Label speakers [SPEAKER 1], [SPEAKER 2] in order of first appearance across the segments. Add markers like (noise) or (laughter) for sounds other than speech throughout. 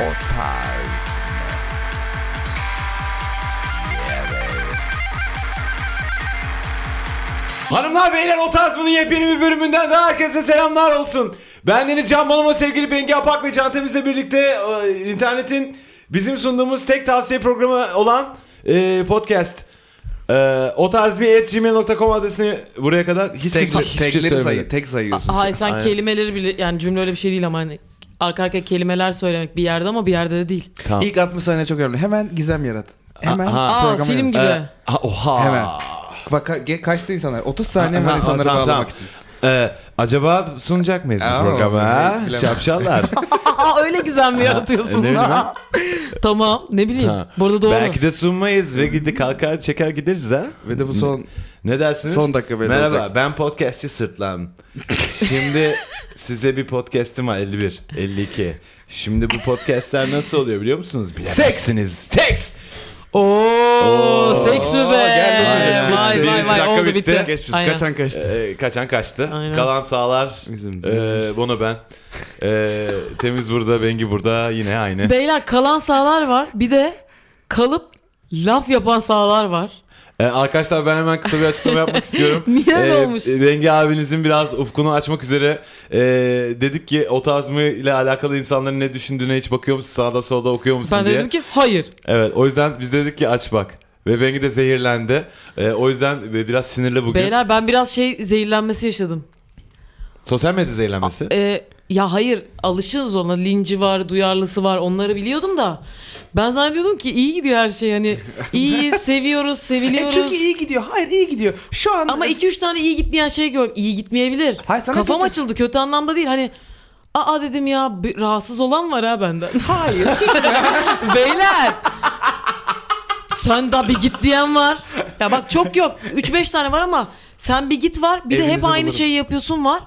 [SPEAKER 1] O tarz mı? Evet.
[SPEAKER 2] Hanımlar beyler o tarz bunun yepyeni bir bölümünden daha herkese selamlar olsun. Bendeniz Can Balama sevgili Bengi Apak ve Can Temiz'le birlikte e, internetin bizim sunduğumuz tek tavsiye programı olan e, podcast. E, o tarz bir at gmail.com adresini buraya kadar hiç
[SPEAKER 3] Tek,
[SPEAKER 2] kimse hiçbir şey
[SPEAKER 3] tekleri
[SPEAKER 2] söylemedi.
[SPEAKER 3] sayı, tek sayıyorsun.
[SPEAKER 4] Hayır sen
[SPEAKER 2] Aynen.
[SPEAKER 4] kelimeleri bile yani cümle öyle bir şey değil ama hani arka arkaya kelimeler söylemek bir yerde ama bir yerde de değil.
[SPEAKER 2] Tamam.
[SPEAKER 3] İlk 60 saniye çok önemli. Hemen gizem yarat. Hemen
[SPEAKER 2] Aha.
[SPEAKER 4] Aa
[SPEAKER 3] programı
[SPEAKER 4] film
[SPEAKER 3] yaz.
[SPEAKER 4] gibi.
[SPEAKER 2] E, a- oha.
[SPEAKER 3] Hemen. Bak ka- ge- kaçtı insanlar. 30 saniye
[SPEAKER 2] Ha,
[SPEAKER 3] var
[SPEAKER 2] ha,
[SPEAKER 3] insanları
[SPEAKER 2] tamam,
[SPEAKER 3] bağlamak
[SPEAKER 2] tamam.
[SPEAKER 3] için.
[SPEAKER 2] E, acaba sunacak mıyız
[SPEAKER 3] Aa,
[SPEAKER 2] bu programı? ha?
[SPEAKER 3] bilemem.
[SPEAKER 2] Şapşallar.
[SPEAKER 4] (laughs)
[SPEAKER 2] E,
[SPEAKER 4] Aa öyle gizemli yaratıyorsun.
[SPEAKER 2] ne bileyim ben?
[SPEAKER 4] (laughs) tamam ne bileyim.
[SPEAKER 2] Ha.
[SPEAKER 4] Bu arada doğru.
[SPEAKER 2] Belki de sunmayız ve gidi kalkar çeker gideriz ha.
[SPEAKER 3] Ve de bu son
[SPEAKER 2] Ne dersiniz?
[SPEAKER 3] Son dakika böyle
[SPEAKER 2] Merhaba
[SPEAKER 3] olacak.
[SPEAKER 2] ben podcastçi Sırtlan. Şimdi size bir podcastim var 51, 52. Şimdi bu podcastler nasıl oluyor biliyor musunuz? Bilemezsiniz. Seks!
[SPEAKER 4] Oo,
[SPEAKER 2] Oo,
[SPEAKER 4] seks mi be?
[SPEAKER 3] geldi.
[SPEAKER 2] Aynen.
[SPEAKER 4] Vay
[SPEAKER 2] Birinci
[SPEAKER 4] vay vay
[SPEAKER 2] dakika
[SPEAKER 4] oldu
[SPEAKER 2] bitti.
[SPEAKER 4] bitti.
[SPEAKER 3] geçmiş.
[SPEAKER 4] Aynen.
[SPEAKER 3] Kaçan kaçtı.
[SPEAKER 2] Ee, kaçan kaçtı.
[SPEAKER 4] Aynen.
[SPEAKER 2] Kalan sağlar.
[SPEAKER 3] Bizim
[SPEAKER 2] Ee, Bono ben. Ee, temiz burada, Bengi burada. Yine aynı.
[SPEAKER 4] Beyler kalan sağlar var. Bir de kalıp laf yapan sağlar var.
[SPEAKER 2] Ee, arkadaşlar ben hemen kısa bir açıklama yapmak istiyorum.
[SPEAKER 4] (laughs)
[SPEAKER 2] Ee,
[SPEAKER 4] Niye öyle olmuş?
[SPEAKER 2] Bengi abinizin biraz ufkunu açmak üzere ee, dedik ki o tarz mı ile alakalı insanların ne düşündüğüne hiç bakıyor musun? Sağda solda okuyor musun
[SPEAKER 4] Ben de
[SPEAKER 2] diye.
[SPEAKER 4] dedim ki hayır.
[SPEAKER 2] Evet o yüzden biz dedik ki aç bak. Ve Bengi de zehirlendi. Ee, o yüzden bi- biraz sinirli bugün.
[SPEAKER 4] Beyler ben biraz şey zehirlenmesi yaşadım.
[SPEAKER 2] Sosyal medya zehirlenmesi.
[SPEAKER 4] Ee, ya hayır alışığız ona. Linci var, duyarlısı var. Onları biliyordum da. Ben zannediyordum ki iyi gidiyor her şey.
[SPEAKER 3] (laughs)
[SPEAKER 4] Hani iyi seviyoruz,
[SPEAKER 3] E
[SPEAKER 4] seviliyoruz.
[SPEAKER 3] çünkü iyi gidiyor. Hayır iyi gidiyor. Şu an
[SPEAKER 4] Ama 2-3 tane iyi gitmeyen şey gördüm. İyi gitmeyebilir.
[SPEAKER 3] Hayır, sana
[SPEAKER 4] Kafam
[SPEAKER 3] kötü-
[SPEAKER 4] açıldı kötü anlamda değil. Hani aa dedim ya bir- rahatsız olan var ha benden.
[SPEAKER 3] (laughs) hayır.
[SPEAKER 4] (laughs) Beyler. Sen daha bir git diyen var. Ya bak çok yok. 3-5 tane var ama sen bir git var. Bir de hep
[SPEAKER 3] Evinizi
[SPEAKER 4] aynı
[SPEAKER 3] bulurum.
[SPEAKER 4] şeyi yapıyorsun var.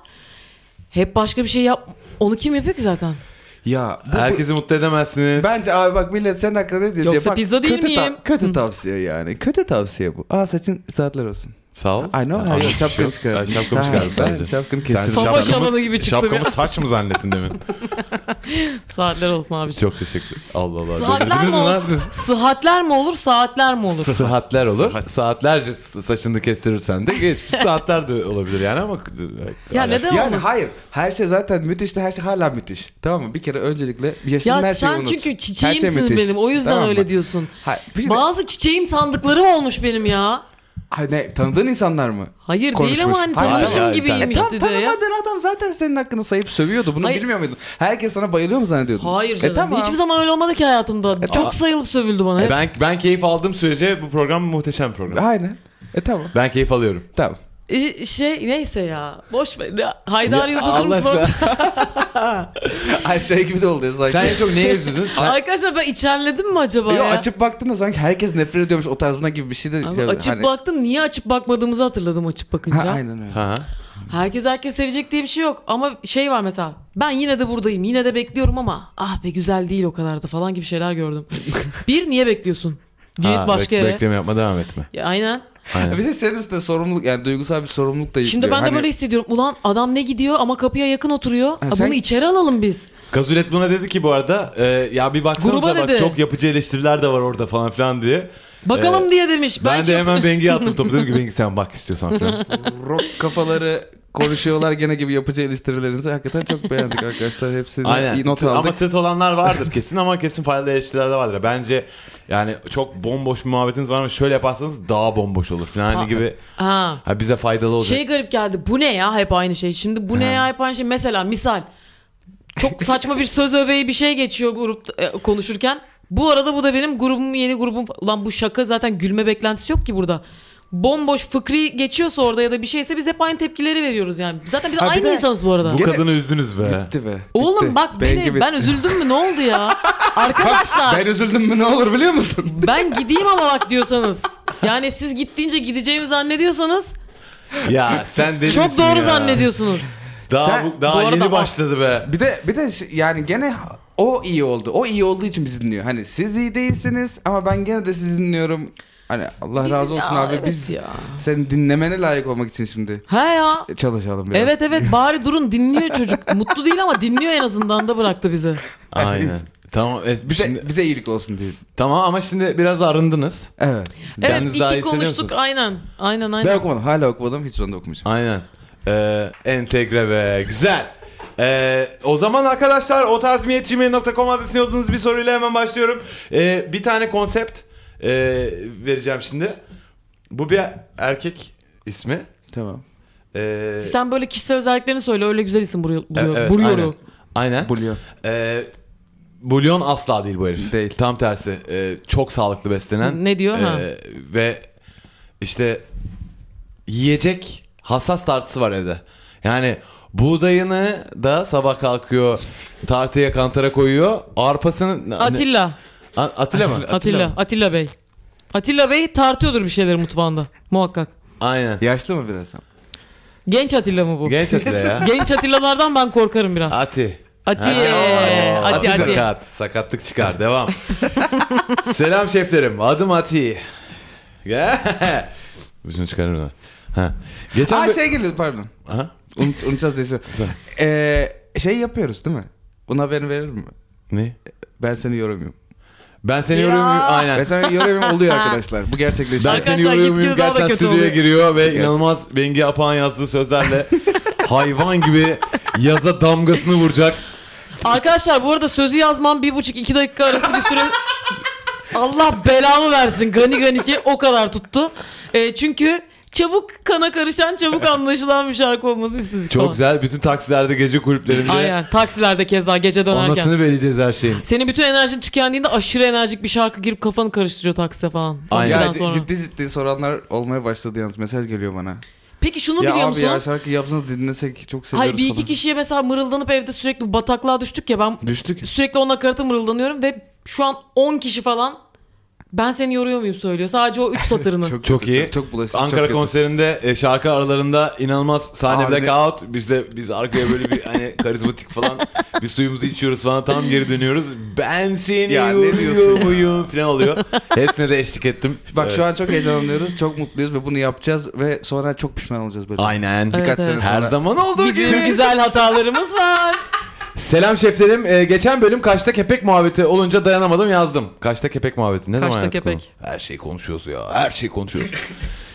[SPEAKER 4] Hep başka bir şey yap. Onu kim yapıyor ki zaten?
[SPEAKER 3] ya bu, bu-
[SPEAKER 2] Herkesi mutlu edemezsiniz.
[SPEAKER 3] Bence abi bak millet senin hakkında ne diyor diye
[SPEAKER 4] Yoksa
[SPEAKER 3] bak,
[SPEAKER 4] pizza değil
[SPEAKER 3] kötü
[SPEAKER 4] miyim?
[SPEAKER 3] kötü tavsiye yani. Kötü tavsiye bu. Aa saçın saatler olsun.
[SPEAKER 2] Sağ ol.
[SPEAKER 3] I know.
[SPEAKER 2] Anladım,
[SPEAKER 3] Hayır
[SPEAKER 2] şu an-
[SPEAKER 3] şapkanı
[SPEAKER 2] Ay,
[SPEAKER 3] çıkardım.
[SPEAKER 2] Şapkamı çıkardım
[SPEAKER 3] Sen-
[SPEAKER 2] sadece.
[SPEAKER 3] Şapkanı kesin.
[SPEAKER 4] Savaş
[SPEAKER 2] şapkamı-
[SPEAKER 4] alanı gibi çıktım
[SPEAKER 2] Şapkamı
[SPEAKER 4] ya.
[SPEAKER 2] saç mı zannettin (laughs) demin?
[SPEAKER 4] Saatler olsun abi.
[SPEAKER 2] Çok teşekkür Allah Allah.
[SPEAKER 4] Saatler
[SPEAKER 2] Delirdiniz
[SPEAKER 4] mi
[SPEAKER 2] mi lan
[SPEAKER 4] olur? Saatler mi olur? Saatler mi
[SPEAKER 3] (laughs)
[SPEAKER 4] olur?
[SPEAKER 2] siz? Sıhhatler olur. Saatlerce s- saçını kestirirsen de geçmiş saatler de olabilir yani ama
[SPEAKER 4] Ya neden
[SPEAKER 3] Yani
[SPEAKER 4] olmaz?
[SPEAKER 3] hayır. Her şey zaten müthiş de her şey hala müthiş. Tamam mı? Bir kere öncelikle bir yaşadığın
[SPEAKER 4] Ya
[SPEAKER 3] her şeyi
[SPEAKER 4] sen
[SPEAKER 3] unut.
[SPEAKER 4] çünkü
[SPEAKER 3] Her şey
[SPEAKER 4] çiçeğimsin
[SPEAKER 3] müthiş.
[SPEAKER 4] benim. O yüzden
[SPEAKER 3] Tamam mı?
[SPEAKER 4] öyle diyorsun.
[SPEAKER 3] Hayır, bir şey de-
[SPEAKER 4] Bazı çiçeğim sandıklarım olmuş benim ya.
[SPEAKER 3] Hayır, ne, tanıdığın insanlar mı?
[SPEAKER 4] Hayır
[SPEAKER 3] Konuşmuş.
[SPEAKER 4] değil ama hani
[SPEAKER 3] Hayır,
[SPEAKER 4] tanımışım
[SPEAKER 2] hayır,
[SPEAKER 4] gibiymiş
[SPEAKER 3] Tam
[SPEAKER 4] dedi ya.
[SPEAKER 3] tanımadığın adam zaten senin hakkında sayıp sövüyordu. Bunu
[SPEAKER 4] Hayır.
[SPEAKER 3] bilmiyor muydun? Herkes sana bayılıyor mu zannediyordun?
[SPEAKER 4] Hayır
[SPEAKER 3] E
[SPEAKER 4] canım.
[SPEAKER 3] tamam. E,
[SPEAKER 4] Hiçbir zaman öyle olmadı ki hayatımda.
[SPEAKER 2] tamam.
[SPEAKER 4] Çok sayılıp sövüldü bana. hep.
[SPEAKER 2] ben ben keyif aldığım sürece bu program muhteşem bir program.
[SPEAKER 3] Aynen. E tamam.
[SPEAKER 2] Ben keyif alıyorum.
[SPEAKER 3] Tamam. (laughs)
[SPEAKER 4] E, şey neyse ya. Boş ver. Ya, Haydari'yi uzatır
[SPEAKER 2] Allah
[SPEAKER 4] mısın?
[SPEAKER 2] aşkına.
[SPEAKER 4] orada?
[SPEAKER 3] Her şey gibi de oldu ya sanki.
[SPEAKER 2] Sen en çok neye üzüldün? Sen-
[SPEAKER 4] (laughs) Arkadaşlar ben içerledim mi acaba
[SPEAKER 3] Yo,
[SPEAKER 4] ya?
[SPEAKER 3] açıp baktın da sanki herkes nefret ediyormuş o tarz buna gibi bir şey de.
[SPEAKER 4] Ama
[SPEAKER 3] Yani
[SPEAKER 4] açıp
[SPEAKER 3] hani-
[SPEAKER 4] baktım. Niye açıp bakmadığımızı hatırladım açıp bakınca.
[SPEAKER 3] Ha, aynen öyle.
[SPEAKER 2] Ha.
[SPEAKER 4] Herkes herkes sevecek diye bir şey yok. Ama şey var mesela. Ben yine de buradayım. Yine de bekliyorum ama ah be güzel değil o kadar da falan gibi şeyler
[SPEAKER 2] (laughs)
[SPEAKER 4] gördüm. bir niye bekliyorsun? Git
[SPEAKER 2] Ha,
[SPEAKER 4] başka
[SPEAKER 2] bek-
[SPEAKER 4] yere.
[SPEAKER 2] Bekleme yapma devam etme.
[SPEAKER 4] Ya, aynen.
[SPEAKER 2] Aynen.
[SPEAKER 3] Bir de senin üstüne sorumluluk yani duygusal bir sorumluluk
[SPEAKER 2] Şey,
[SPEAKER 3] da yüklüyor.
[SPEAKER 4] Şimdi ben de
[SPEAKER 3] Hani-
[SPEAKER 4] böyle hissediyorum. Ulan adam ne gidiyor ama kapıya yakın oturuyor. Aa,
[SPEAKER 3] sen-
[SPEAKER 4] Bunu içeri alalım biz.
[SPEAKER 2] Gazulet buna dedi ki bu arada e, ya bir baksanıza
[SPEAKER 4] Gruba
[SPEAKER 2] bak
[SPEAKER 4] dedi.
[SPEAKER 2] çok yapıcı eleştiriler de var orada falan filan diye.
[SPEAKER 4] Bakalım
[SPEAKER 2] Ee,
[SPEAKER 4] diye demiş.
[SPEAKER 2] Ben,
[SPEAKER 4] Ben,
[SPEAKER 2] de
[SPEAKER 4] çok-
[SPEAKER 2] hemen
[SPEAKER 4] (laughs)
[SPEAKER 2] Bengi'ye attım topu dedim ki Bengi sen bak istiyorsan falan.
[SPEAKER 3] rock kafaları konuşuyorlar gene gibi yapıcı eleştirilerinizi hakikaten çok beğendik arkadaşlar. Hepsini iyi
[SPEAKER 2] Aynen.
[SPEAKER 3] not aldık.
[SPEAKER 2] Ama tırt olanlar vardır kesin ama kesin faydalı eleştiriler de vardır. Bence yani çok bomboş bir muhabbetiniz var ama şöyle yaparsanız daha bomboş olur falan hani
[SPEAKER 4] Ha.
[SPEAKER 2] gibi.
[SPEAKER 4] Ha.
[SPEAKER 2] Ha bize faydalı olacak.
[SPEAKER 4] Şey garip geldi. Bu ne ya hep aynı şey. Şimdi bu ne ya hep aynı şey. Mesela misal çok saçma bir söz öbeği bir şey geçiyor grup e, konuşurken. Bu arada bu da benim grubum yeni grubum. Ulan bu şaka zaten gülme beklentisi yok ki burada. Bomboş fıkri geçiyorsa orada ya da bir şeyse biz hep aynı tepkileri veriyoruz yani. Zaten biz
[SPEAKER 3] Ha, bir
[SPEAKER 4] aynı
[SPEAKER 3] de-
[SPEAKER 4] insanız bu arada.
[SPEAKER 2] Bu kadını üzdünüz be.
[SPEAKER 3] Bitti be. bitti.
[SPEAKER 4] Oğlum bak
[SPEAKER 3] Bengi
[SPEAKER 4] beni
[SPEAKER 3] bitti.
[SPEAKER 4] ben üzüldüm mü ne
[SPEAKER 3] (laughs)
[SPEAKER 4] oldu ya? Arkadaşlar.
[SPEAKER 3] Ben üzüldüm mü ne olur biliyor musun?
[SPEAKER 4] Ben gideyim ama bak diyorsanız. Yani siz gittiğince gideceğimi zannediyorsanız
[SPEAKER 2] Ya sen deli
[SPEAKER 4] çok
[SPEAKER 2] misin
[SPEAKER 4] doğru
[SPEAKER 2] ya?
[SPEAKER 4] zannediyorsunuz.
[SPEAKER 2] Daha,
[SPEAKER 3] Sen-
[SPEAKER 2] bu, daha
[SPEAKER 4] bu
[SPEAKER 2] yeni
[SPEAKER 4] arada-
[SPEAKER 2] başladı be.
[SPEAKER 3] Bir de bir de ş- yani gene o iyi oldu. O iyi olduğu için bizi dinliyor. Hani siz iyi değilsiniz ama ben gene de sizi dinliyorum. Hani Allah razı olsun
[SPEAKER 4] Ya
[SPEAKER 3] abi
[SPEAKER 4] evet
[SPEAKER 3] biz
[SPEAKER 4] ya.
[SPEAKER 3] senin dinlemene layık olmak için şimdi
[SPEAKER 4] He ya.
[SPEAKER 3] çalışalım
[SPEAKER 2] (laughs)
[SPEAKER 3] biraz.
[SPEAKER 4] Evet evet bari durun dinliyor çocuk. Mutlu değil ama dinliyor en azından da bıraktı bizi.
[SPEAKER 2] Aynen. Tamam. evet,
[SPEAKER 3] Bize,
[SPEAKER 2] şimdi-
[SPEAKER 3] bize iyilik olsun diye.
[SPEAKER 2] tamam ama şimdi biraz arındınız.
[SPEAKER 3] Evet.
[SPEAKER 4] Evet
[SPEAKER 2] Kendiniz daha iyi
[SPEAKER 4] iki
[SPEAKER 2] hissediyor
[SPEAKER 4] konuştuk
[SPEAKER 2] musunuz?
[SPEAKER 4] aynen. Aynen aynen.
[SPEAKER 3] Ben okumadım. Hala okumadım. Hiç sonunda okumayacağım.
[SPEAKER 2] Aynen. Ee, entegre be. Güzel. Ee, o zaman arkadaşlar otazmiyetgmail.com adresine yolladığınız bir soruyla hemen başlıyorum. Ee, bir tane konsept ee, vereceğim şimdi. Bu bir erkek ismi.
[SPEAKER 3] Tamam.
[SPEAKER 2] Ee, e,
[SPEAKER 4] Sen böyle kişisel özelliklerini söyle öyle güzel isim buluyor. buluyor
[SPEAKER 2] evet,
[SPEAKER 4] buluyorum.
[SPEAKER 2] Aynen. aynen.
[SPEAKER 3] Bulyon.
[SPEAKER 2] Ee, bulyon asla değil bu herif.
[SPEAKER 3] Değil.
[SPEAKER 2] Tam tersi. Ee, çok sağlıklı beslenen. ee,
[SPEAKER 4] Ne diyor? Ha.
[SPEAKER 2] Ve işte yiyecek hassas tartısı var evde. Yani buğdayını da sabah kalkıyor tartıya kantara koyuyor. Arpasını...
[SPEAKER 4] Atilla.
[SPEAKER 2] A- Hani Atilla mı?
[SPEAKER 4] Atilla. Atilla Bey. Atilla Bey tartıyordur bir şeyleri mutfağında. Muhakkak.
[SPEAKER 2] Aynen.
[SPEAKER 3] Yaşlı mı biraz?
[SPEAKER 4] Genç Atilla mı bu?
[SPEAKER 2] Genç Atilla
[SPEAKER 4] (laughs)
[SPEAKER 2] ya.
[SPEAKER 4] Genç Atilla'lardan ben korkarım biraz.
[SPEAKER 2] Ati.
[SPEAKER 4] Ati.
[SPEAKER 2] Ha.
[SPEAKER 4] Ati, Ati.
[SPEAKER 2] Sakat. Sakatlık çıkar.
[SPEAKER 4] (laughs)
[SPEAKER 2] Devam. Selam şeflerim. Adım Ati. Gel. Bütün çıkarırım lan. Ha. Geçen
[SPEAKER 3] Aa
[SPEAKER 2] bö-
[SPEAKER 3] şey geliyor pardon.
[SPEAKER 2] Ha?
[SPEAKER 3] Unut, unutacağız diye söylüyorum. Ee, şey yapıyoruz değil mi? Bunun haberini verir mi?
[SPEAKER 2] Ne?
[SPEAKER 3] Ben seni yoramıyorum.
[SPEAKER 2] Ben seni
[SPEAKER 4] Ya.
[SPEAKER 2] yoruyorum.
[SPEAKER 3] Ben
[SPEAKER 2] Aynen.
[SPEAKER 3] seni
[SPEAKER 2] (laughs)
[SPEAKER 3] yoramıyorum oluyor arkadaşlar. Bu gerçekleşiyor.
[SPEAKER 2] Ben
[SPEAKER 4] Arkadaşlar
[SPEAKER 2] seni yoruyor
[SPEAKER 4] gitgide
[SPEAKER 2] muyum?
[SPEAKER 4] daha da
[SPEAKER 2] Gerçekten
[SPEAKER 4] kötü
[SPEAKER 2] stüdyoya
[SPEAKER 4] oluyor.
[SPEAKER 2] giriyor ve inanılmaz Bengi Apağan yazdığı sözlerle (laughs) hayvan gibi yaza damgasını vuracak.
[SPEAKER 4] Arkadaşlar bu arada sözü yazmam bir buçuk iki dakika arası bir süre... Allah belamı versin gani gani ki o kadar tuttu. E, çünkü çabuk kana karışan çabuk anlaşılan bir şarkı olmasını istedik.
[SPEAKER 2] Çok
[SPEAKER 4] falan.
[SPEAKER 2] güzel. Bütün taksilerde, gece kulüplerinde
[SPEAKER 4] Oh. Aynen taksilerde keza gece dönerken.
[SPEAKER 2] anasını vereceğiz her şeyin.
[SPEAKER 4] Senin bütün enerjin tükendiğinde aşırı enerjik bir şarkı girip kafanı karıştırıyor taksiye falan.
[SPEAKER 2] Aynen.
[SPEAKER 4] Ondan
[SPEAKER 3] Ya,
[SPEAKER 4] sonra.
[SPEAKER 3] ciddi ciddi soranlar olmaya başladı yalnız. Mesaj geliyor bana.
[SPEAKER 4] Peki şunu
[SPEAKER 3] ya
[SPEAKER 4] biliyor
[SPEAKER 3] abi
[SPEAKER 4] musun?
[SPEAKER 3] ya şarkı yapsanız dinlesek çok seviyoruz
[SPEAKER 4] Hayır bir iki
[SPEAKER 3] falan.
[SPEAKER 4] kişiye mesela mırıldanıp evde sürekli bataklığa düştük ya ben
[SPEAKER 3] Düştük.
[SPEAKER 4] sürekli onunla karatı mırıldanıyorum ve şu an 10 kişi falan ben seni yoruyor muyum söylüyor. Sadece o 3
[SPEAKER 3] (laughs)
[SPEAKER 4] satırını.
[SPEAKER 3] Çok,
[SPEAKER 2] Çok iyi.
[SPEAKER 3] Çok bulaşıcı.
[SPEAKER 2] Ankara
[SPEAKER 3] çok kötü.
[SPEAKER 2] konserinde e, şarkı aralarında inanılmaz sahne
[SPEAKER 3] Abi ne-
[SPEAKER 2] blackout. Biz de biz arkaya böyle bir
[SPEAKER 3] (laughs)
[SPEAKER 2] hani karizmatik falan bir suyumuzu içiyoruz falan tam geri dönüyoruz. Ben seni
[SPEAKER 3] Ya
[SPEAKER 2] ya,
[SPEAKER 3] ne diyorsun ya?
[SPEAKER 2] muyum falan oluyor. Hepsine de eşlik ettim.
[SPEAKER 3] Bak
[SPEAKER 2] Evet.
[SPEAKER 3] şu an çok heyecanlanıyoruz. Çok mutluyuz ve bunu yapacağız ve sonra çok pişman olacağız böyle.
[SPEAKER 2] Aynen.
[SPEAKER 4] Evet,
[SPEAKER 3] Birkaç
[SPEAKER 4] evet.
[SPEAKER 3] sene sonra.
[SPEAKER 2] Her zaman olduğu
[SPEAKER 4] Bizim
[SPEAKER 2] gibi.
[SPEAKER 4] (laughs) güzel hatalarımız var.
[SPEAKER 2] Selam şeflerim. Ee, geçen bölüm kaçta kepek muhabbeti olunca dayanamadım yazdım. Kaçta kepek muhabbeti. Ne
[SPEAKER 4] Kaçta
[SPEAKER 2] zaman yaptık
[SPEAKER 4] kepek?
[SPEAKER 2] onu? Her şeyi konuşuyoruz ya. Her şeyi konuşuyoruz.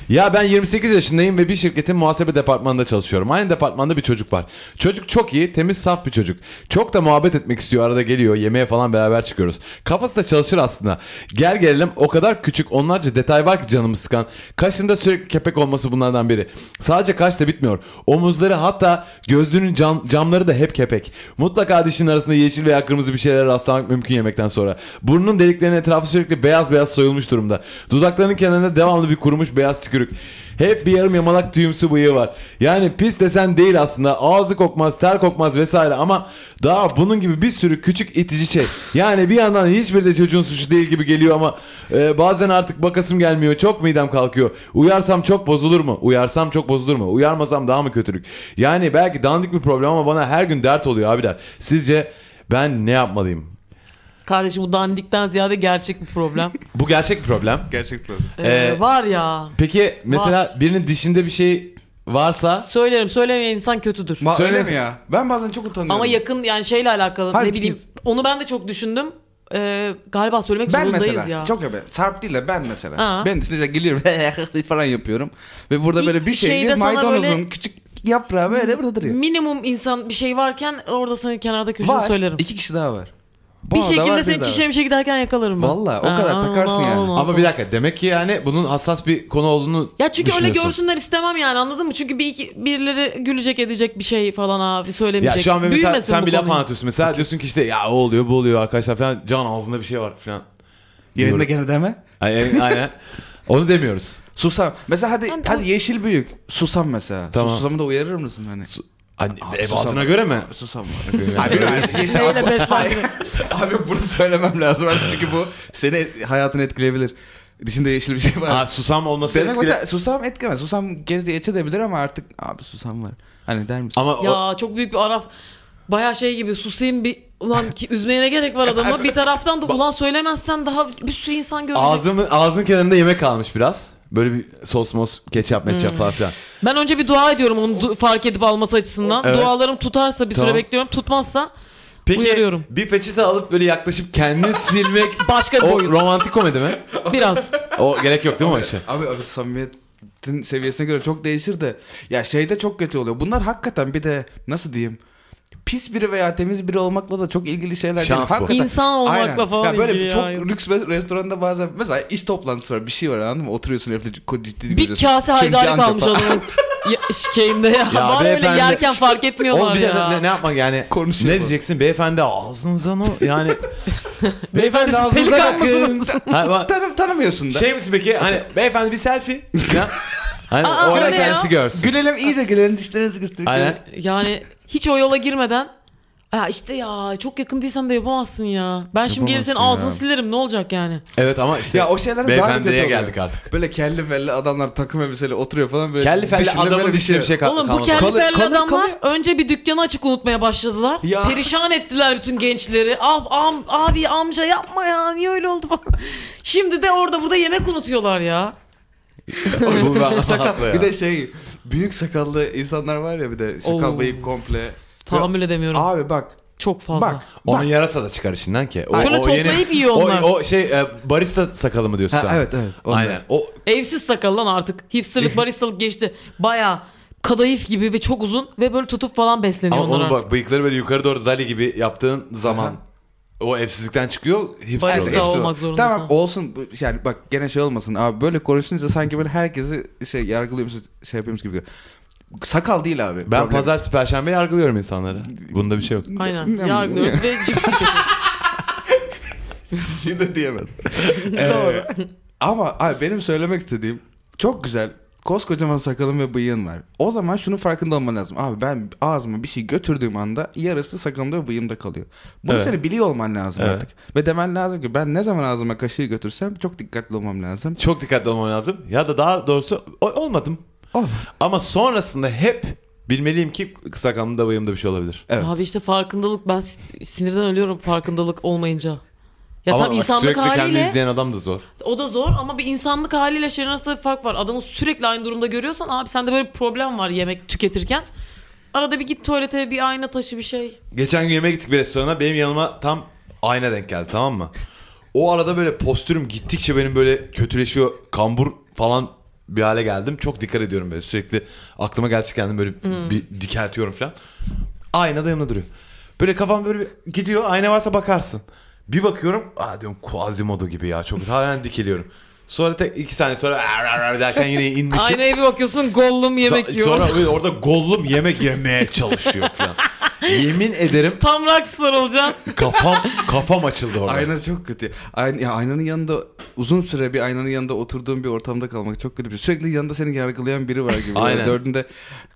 [SPEAKER 2] ya ben 28 yaşındayım ve bir şirketin muhasebe departmanında çalışıyorum. Aynı departmanda bir çocuk var. Çocuk çok iyi, temiz, saf bir çocuk. Çok da muhabbet etmek istiyor. Arada geliyor. Yemeğe falan beraber çıkıyoruz. Kafası da çalışır aslında. Gel gelelim o kadar küçük onlarca detay var ki canımı sıkan. Kaşında sürekli kepek olması bunlardan biri. Sadece kaşta bitmiyor. Omuzları hatta gözlüğünün cam- camları da hep kepek. Mutlaka dişin arasında yeşil veya kırmızı bir şeylere rastlamak mümkün yemekten sonra. Burnunun deliklerinin etrafı sürekli beyaz beyaz soyulmuş durumda. Dudaklarının kenarında devamlı bir kurumuş beyaz tükürük. Hep bir yarım yamalak tüyümsü bıyığı var. Yani pis desen değil aslında. Ağzı kokmaz, ter kokmaz vesaire ama daha bunun gibi bir sürü küçük itici şey. Yani bir yandan hiçbir de çocuğun suçu değil gibi geliyor ama e, bazen artık bakasım gelmiyor. Çok midem kalkıyor. Uyarsam çok bozulur mu? Uyarsam çok bozulur mu? Uyarmasam daha mı kötülük? Yani belki dandik bir problem ama bana her gün dert oluyor abiler. Sizce ben ne yapmalıyım?
[SPEAKER 4] Kardeşim bu dandikten ziyade gerçek bir
[SPEAKER 3] (laughs)
[SPEAKER 4] problem.
[SPEAKER 2] Bu gerçek bir problem.
[SPEAKER 3] Gerçekten.
[SPEAKER 4] Ee,
[SPEAKER 2] Ee,
[SPEAKER 4] var ya.
[SPEAKER 2] Peki mesela birinin dişinde bir şey varsa
[SPEAKER 4] Söylerim söylemeyen insan kötüdür.
[SPEAKER 3] Ma öyle
[SPEAKER 2] Söylesin.
[SPEAKER 3] mi ya? Ben bazen çok utanıyorum.
[SPEAKER 4] Ama yakın yani şeyle alakalı
[SPEAKER 3] Harbi
[SPEAKER 4] ne bileyim.
[SPEAKER 3] değil.
[SPEAKER 4] Onu ben de çok düşündüm. Ee, galiba söylemek
[SPEAKER 3] ben
[SPEAKER 4] zorundayız
[SPEAKER 3] mesela
[SPEAKER 4] ya.
[SPEAKER 3] çok ya Sarp değil de ben mesela.
[SPEAKER 4] Aa.
[SPEAKER 3] Ben işte geliyorum (laughs) falan yapıyorum. Ve burada
[SPEAKER 4] İlk
[SPEAKER 3] böyle bir
[SPEAKER 4] şeyde
[SPEAKER 3] şeyli
[SPEAKER 4] sana
[SPEAKER 3] maydanozun
[SPEAKER 4] böyle-
[SPEAKER 3] küçük yaprağı böyle burada duruyor.
[SPEAKER 4] Minimum insan bir şey varken orada sana kenarda köşede
[SPEAKER 3] Var.
[SPEAKER 4] söylerim.
[SPEAKER 3] İki kişi daha var.
[SPEAKER 4] Bir
[SPEAKER 3] Bana da var,
[SPEAKER 4] şekilde
[SPEAKER 3] biri
[SPEAKER 4] seni
[SPEAKER 3] daha var.
[SPEAKER 4] çişe mişe giderken yakalarım ben.
[SPEAKER 3] Vallahi o kadar takarsın yani.
[SPEAKER 2] ama bir dakika demek ki yani bunun hassas bir konu olduğunu
[SPEAKER 4] Ya çünkü öyle
[SPEAKER 2] düşünüyorsun.
[SPEAKER 4] görsünler istemem yani anladın mı? Çünkü bir iki, birileri gülecek edecek bir şey falan abi söylemeyecek.
[SPEAKER 2] Ya şu an ben mesela
[SPEAKER 4] Büyümesin
[SPEAKER 2] sen
[SPEAKER 4] bu
[SPEAKER 2] bir laf
[SPEAKER 4] konuyu.
[SPEAKER 2] anlatıyorsun mesela diyorsun ki işte ya o oluyor bu oluyor arkadaşlar falan can ağzında bir şey var falan.
[SPEAKER 3] Yayında
[SPEAKER 2] Diyorum.
[SPEAKER 3] gene deme.
[SPEAKER 2] Aynen.
[SPEAKER 4] (laughs)
[SPEAKER 2] aynen. Onu demiyoruz.
[SPEAKER 3] Susam. Mesela hadi
[SPEAKER 4] Ben de-
[SPEAKER 3] hadi yeşil büyük. Susam mesela.
[SPEAKER 2] Tamam.
[SPEAKER 3] Susamı da uyarır mısın hani?
[SPEAKER 2] Hani
[SPEAKER 3] Abi,
[SPEAKER 2] ev
[SPEAKER 3] sus
[SPEAKER 2] altına
[SPEAKER 3] ama.
[SPEAKER 2] göre mi?
[SPEAKER 3] susam.
[SPEAKER 2] Abi,
[SPEAKER 3] yeşil
[SPEAKER 4] Neyle
[SPEAKER 3] abi-
[SPEAKER 4] beslendirir?
[SPEAKER 3] Abi bunu söylemem lazım artık çünkü bu seni hayatını etkileyebilir. Dişinde yeşil bir şey var.
[SPEAKER 2] Aa, susam olması
[SPEAKER 3] Demek
[SPEAKER 2] etkile-
[SPEAKER 3] mesela susam etkileme. Susam gezi geçebilir ama artık abi susam var. Hani der misin?
[SPEAKER 2] ama o,
[SPEAKER 4] Ya çok büyük bir araf. Baya şey gibi susayım bir ulan ki, üzmeye ne gerek var adamı. Bir taraftan da ulan söylemezsen daha bir sürü insan görecek.
[SPEAKER 2] ağzımın ağzın kenarında yemek kalmış biraz. Böyle bir sos mos ketçap metçap
[SPEAKER 4] Hmm.
[SPEAKER 2] falan filan.
[SPEAKER 4] Ben önce bir dua ediyorum onu du- fark edip alması açısından.
[SPEAKER 2] Evet.
[SPEAKER 4] Dualarım tutarsa bir
[SPEAKER 2] Tamam.
[SPEAKER 4] süre bekliyorum. Tutmazsa
[SPEAKER 2] Peki
[SPEAKER 4] Uyarıyorum.
[SPEAKER 2] bir peçete alıp böyle yaklaşıp
[SPEAKER 4] (laughs)
[SPEAKER 2] kendini silmek
[SPEAKER 4] Başka bir
[SPEAKER 2] o
[SPEAKER 4] boyut.
[SPEAKER 2] romantik komedi mi? (laughs)
[SPEAKER 4] Biraz.
[SPEAKER 2] O gerek yok değil mi o işe?
[SPEAKER 3] Abi abi samimiyetin seviyesine göre çok değişir de ya şeyde çok kötü oluyor. Bunlar hakikaten bir de nasıl diyeyim pis biri veya temiz biri olmakla da çok ilgili şeyler değil.
[SPEAKER 2] Şans bu.
[SPEAKER 3] Hakikaten-
[SPEAKER 4] İnsan olmakla
[SPEAKER 3] Aynen.
[SPEAKER 4] falan
[SPEAKER 3] ya böyle
[SPEAKER 4] ilgili
[SPEAKER 3] çok
[SPEAKER 4] ya, yazık.
[SPEAKER 3] lüks bir restoranda bazen mesela iş toplantısı var bir şey var anladın mı? Oturuyorsun evde ciddi ciddi
[SPEAKER 4] Bir kase haydari
[SPEAKER 2] (laughs)
[SPEAKER 4] kalmış adamın ya, şeyinde ya.
[SPEAKER 2] Ya
[SPEAKER 4] Bari öyle
[SPEAKER 2] beyefendi-
[SPEAKER 4] yerken fark etmiyorlar
[SPEAKER 2] Oğlum bir de
[SPEAKER 4] ya.
[SPEAKER 2] ne, ne yapmak
[SPEAKER 3] (laughs)
[SPEAKER 2] yani? Şey
[SPEAKER 3] Konuşuyor
[SPEAKER 2] Ne
[SPEAKER 3] bak.
[SPEAKER 2] diyeceksin beyefendi ağzınıza ne yani? (laughs) beyefendi
[SPEAKER 4] Siz
[SPEAKER 2] ağzınıza
[SPEAKER 4] pelikan
[SPEAKER 2] bakın.
[SPEAKER 4] mısınız?
[SPEAKER 2] Ha, (laughs) bak-
[SPEAKER 3] Tabii tanımıyorsun da.
[SPEAKER 2] şey misin peki hani beyefendi bir selfie. Ya. Hani
[SPEAKER 4] Aa,
[SPEAKER 2] orada
[SPEAKER 4] öyle ya.
[SPEAKER 2] kendisi görsün.
[SPEAKER 3] Gülelim iyice gülelim dişlerinizi kıstırın.
[SPEAKER 2] Aynen.
[SPEAKER 4] Yani hiç o yola girmeden ya işte ya çok yakın değilsen de yapamazsın ya. Ben şimdi gelir senin
[SPEAKER 3] Yapamazsın
[SPEAKER 4] ağzını silerim ne olacak yani?
[SPEAKER 2] Evet ama işte
[SPEAKER 3] Ya o şeyler de daha da kötü
[SPEAKER 2] beyefendiye
[SPEAKER 3] oluyor.
[SPEAKER 2] geldik artık.
[SPEAKER 3] Böyle kelli felli adamlar takım elbiseyle oturuyor falan böyle.
[SPEAKER 2] Kelli felli
[SPEAKER 3] dişinde
[SPEAKER 2] adamın
[SPEAKER 3] böyle
[SPEAKER 2] dişine bir (laughs) şey kal-
[SPEAKER 4] Oğlum bu
[SPEAKER 2] kalmadı.
[SPEAKER 4] kelli
[SPEAKER 3] Kalır-
[SPEAKER 4] felli
[SPEAKER 3] kalır-
[SPEAKER 4] adamlar
[SPEAKER 3] kalır.
[SPEAKER 4] önce bir dükkanı açık unutmaya başladılar.
[SPEAKER 3] Ya.
[SPEAKER 4] Perişan ettiler bütün gençleri. Ab, am, abi amca yapma ya niye öyle oldu falan. (laughs) Şimdi de orada burada yemek unutuyorlar ya.
[SPEAKER 2] Bu (laughs)
[SPEAKER 3] (laughs)
[SPEAKER 2] ben haklı ya.
[SPEAKER 3] Bir de şey büyük sakallı insanlar var ya bir de sakal
[SPEAKER 4] Oo.
[SPEAKER 3] bayıp komple.
[SPEAKER 4] Tahammül edemiyorum.
[SPEAKER 3] Abi bak
[SPEAKER 4] çok fazla.
[SPEAKER 3] bak.
[SPEAKER 2] Onun yarasa da çıkar içinden ki. O,
[SPEAKER 4] Şöyle
[SPEAKER 2] o
[SPEAKER 4] toplayıp yiyor
[SPEAKER 2] o-
[SPEAKER 4] onlar.
[SPEAKER 2] O, şey e, barista sakalı mı diyorsun
[SPEAKER 3] Ha,
[SPEAKER 2] sen?
[SPEAKER 3] evet, evet, onlar.
[SPEAKER 2] Aynen. O
[SPEAKER 4] Evsiz sakal lan artık. Hipsterlık baristalık geçti. Baya kadayıf gibi ve çok uzun ve böyle tutup falan besleniyor
[SPEAKER 2] Ama
[SPEAKER 4] onlar
[SPEAKER 2] onu
[SPEAKER 4] artık.
[SPEAKER 2] bak bıyıkları böyle yukarı doğru dali gibi yaptığın zaman
[SPEAKER 3] Aha.
[SPEAKER 2] o evsizlikten çıkıyor. Hipster
[SPEAKER 4] Barista
[SPEAKER 2] oluyor.
[SPEAKER 4] o.
[SPEAKER 3] Hepsi
[SPEAKER 4] olmak
[SPEAKER 3] o.
[SPEAKER 4] zorundasın.
[SPEAKER 3] Tamam olsun Bu- yani bak gene şey olmasın abi böyle konuşunca sanki böyle herkesi şey yargılıyormuşuz şey yapıyormuş gibi. Sakal değil abi.
[SPEAKER 2] Ben
[SPEAKER 3] problemimiz. (laughs)
[SPEAKER 2] pazartesi perşembe yargılıyorum insanları. Bunda bir şey yok.
[SPEAKER 4] Aynen. Yargılıyoruz ve
[SPEAKER 2] (laughs)
[SPEAKER 4] cips tüketiyoruz.
[SPEAKER 3] bir şey de diyemedim. Ee, ama abi benim söylemek istediğim çok güzel koskocaman sakalım ve bıyığın var. O zaman şunun farkında olman lazım. Abi ben ağzıma bir şey götürdüğüm anda yarısı sakalımda ve bıyığımda kalıyor. Bunu
[SPEAKER 2] Evet.
[SPEAKER 3] senin biliyor olman lazım
[SPEAKER 2] Evet.
[SPEAKER 3] artık. Ve demen lazım ki ben ne zaman ağzıma kaşığı götürsem çok dikkatli olmam lazım.
[SPEAKER 2] Çok dikkatli olmam lazım. Ya da daha doğrusu o- olmadım.
[SPEAKER 3] Olma.
[SPEAKER 2] Ama sonrasında hep bilmeliyim ki sakalımda bayımda bir şey olabilir.
[SPEAKER 3] Evet.
[SPEAKER 4] Abi işte farkındalık ben sin- sinirden ölüyorum farkındalık olmayınca. Ya
[SPEAKER 2] Ama
[SPEAKER 4] tam
[SPEAKER 2] bak,
[SPEAKER 4] insanlık
[SPEAKER 2] sürekli kendini
[SPEAKER 4] haliyle
[SPEAKER 2] izleyen adam da zor.
[SPEAKER 4] o da zor ama bir insanlık haliyle şey arasında bir fark var. Adamı sürekli aynı durumda görüyorsan abi sende böyle bir problem var yemek tüketirken. Arada bir git tuvalete bir ayna taşı bir şey.
[SPEAKER 2] Geçen gün yemeğe gittik bir restorana. Benim yanıma tam ayna denk geldi tamam mı? O arada böyle postürüm gittikçe benim böyle kötüleşiyor. Kambur falan bir hale geldim. Çok dikkat ediyorum böyle sürekli. Aklıma gerçek kendim böyle bir dikeltiyorum falan. Ayna da yanımda duruyor. Böyle kafam böyle bir gidiyor. Ayna varsa bakarsın. Bir bakıyorum. Aa diyorum Quasimodo gibi ya. Çok halen dikeliyorum. Sonra tek iki saniye sonra "Ar, ar, ar" derken yine inmişim.
[SPEAKER 4] Aynaya bir bakıyorsun gollum yemek
[SPEAKER 2] şey- Sa-
[SPEAKER 4] yiyor.
[SPEAKER 2] Sonra orada gollum yemek yemeye çalışıyor falan. Yemin ederim
[SPEAKER 4] (laughs) Tam rock sarılacaksın.
[SPEAKER 2] (laughs) kafam kafam açıldı orada.
[SPEAKER 3] Ayna çok kötü. Ayn- ya aynanın yanında uzun süre bir aynanın yanında oturduğum bir ortamda kalmak çok kötü. bir şey. Sürekli yanında seni yargılayan biri var
[SPEAKER 2] (laughs)
[SPEAKER 3] gibi.
[SPEAKER 2] Aynen.
[SPEAKER 3] Böyle Dördünde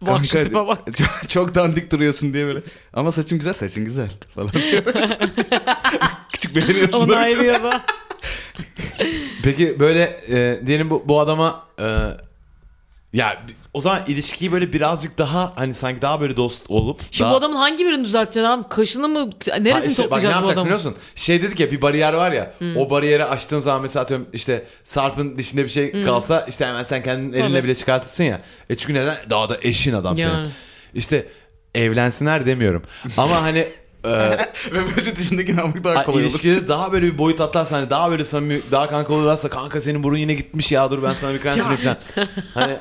[SPEAKER 4] Vahşi
[SPEAKER 3] "Kanka,
[SPEAKER 4] tipe bak."
[SPEAKER 3] Çok, (laughs) çok dandik duruyorsun diye böyle. Ama saçım güzel, saçın güzel falan diye böyle. Küçük beğeniyorsun da.
[SPEAKER 2] (laughs)
[SPEAKER 4] Onaylı ya da.
[SPEAKER 2] Peki böyle e, diyelim bu, bu adama e, ya bi- o zaman ilişkiyi böyle birazcık daha hani sanki daha böyle dost olup
[SPEAKER 4] Şimdi
[SPEAKER 2] daha...
[SPEAKER 4] bu adamın hangi birini düzelteceksin abi? Kaşını mı? Neresini
[SPEAKER 2] Ha işte bak ne
[SPEAKER 4] toplayacağız bu
[SPEAKER 2] yapacaksın
[SPEAKER 4] adamın? Hmm.
[SPEAKER 2] biliyor musun? Şey dedik ya bir bariyer var ya. O bariyeri açtığın zaman mesela atıyorum işte Sarp'ın dişinde bir şey kalsa işte hemen sen kendin elinle
[SPEAKER 4] Hmm. Tabii.
[SPEAKER 2] bile çıkartırsın ya. E çünkü neden? Daha da eşin adam
[SPEAKER 4] Yani.
[SPEAKER 2] senin. İşte evlensinler demiyorum. Ama hani
[SPEAKER 4] (laughs)
[SPEAKER 2] e,
[SPEAKER 3] Ve böyle dışındaki namık daha
[SPEAKER 2] Ha,
[SPEAKER 3] kolay olur.
[SPEAKER 2] ilişkileri daha böyle bir boyut atlarsa hani daha böyle samimi daha kanka olurlarsa kanka senin burun yine gitmiş ya dur ben sana bir krem süreyim falan.
[SPEAKER 4] (laughs)
[SPEAKER 2] Hani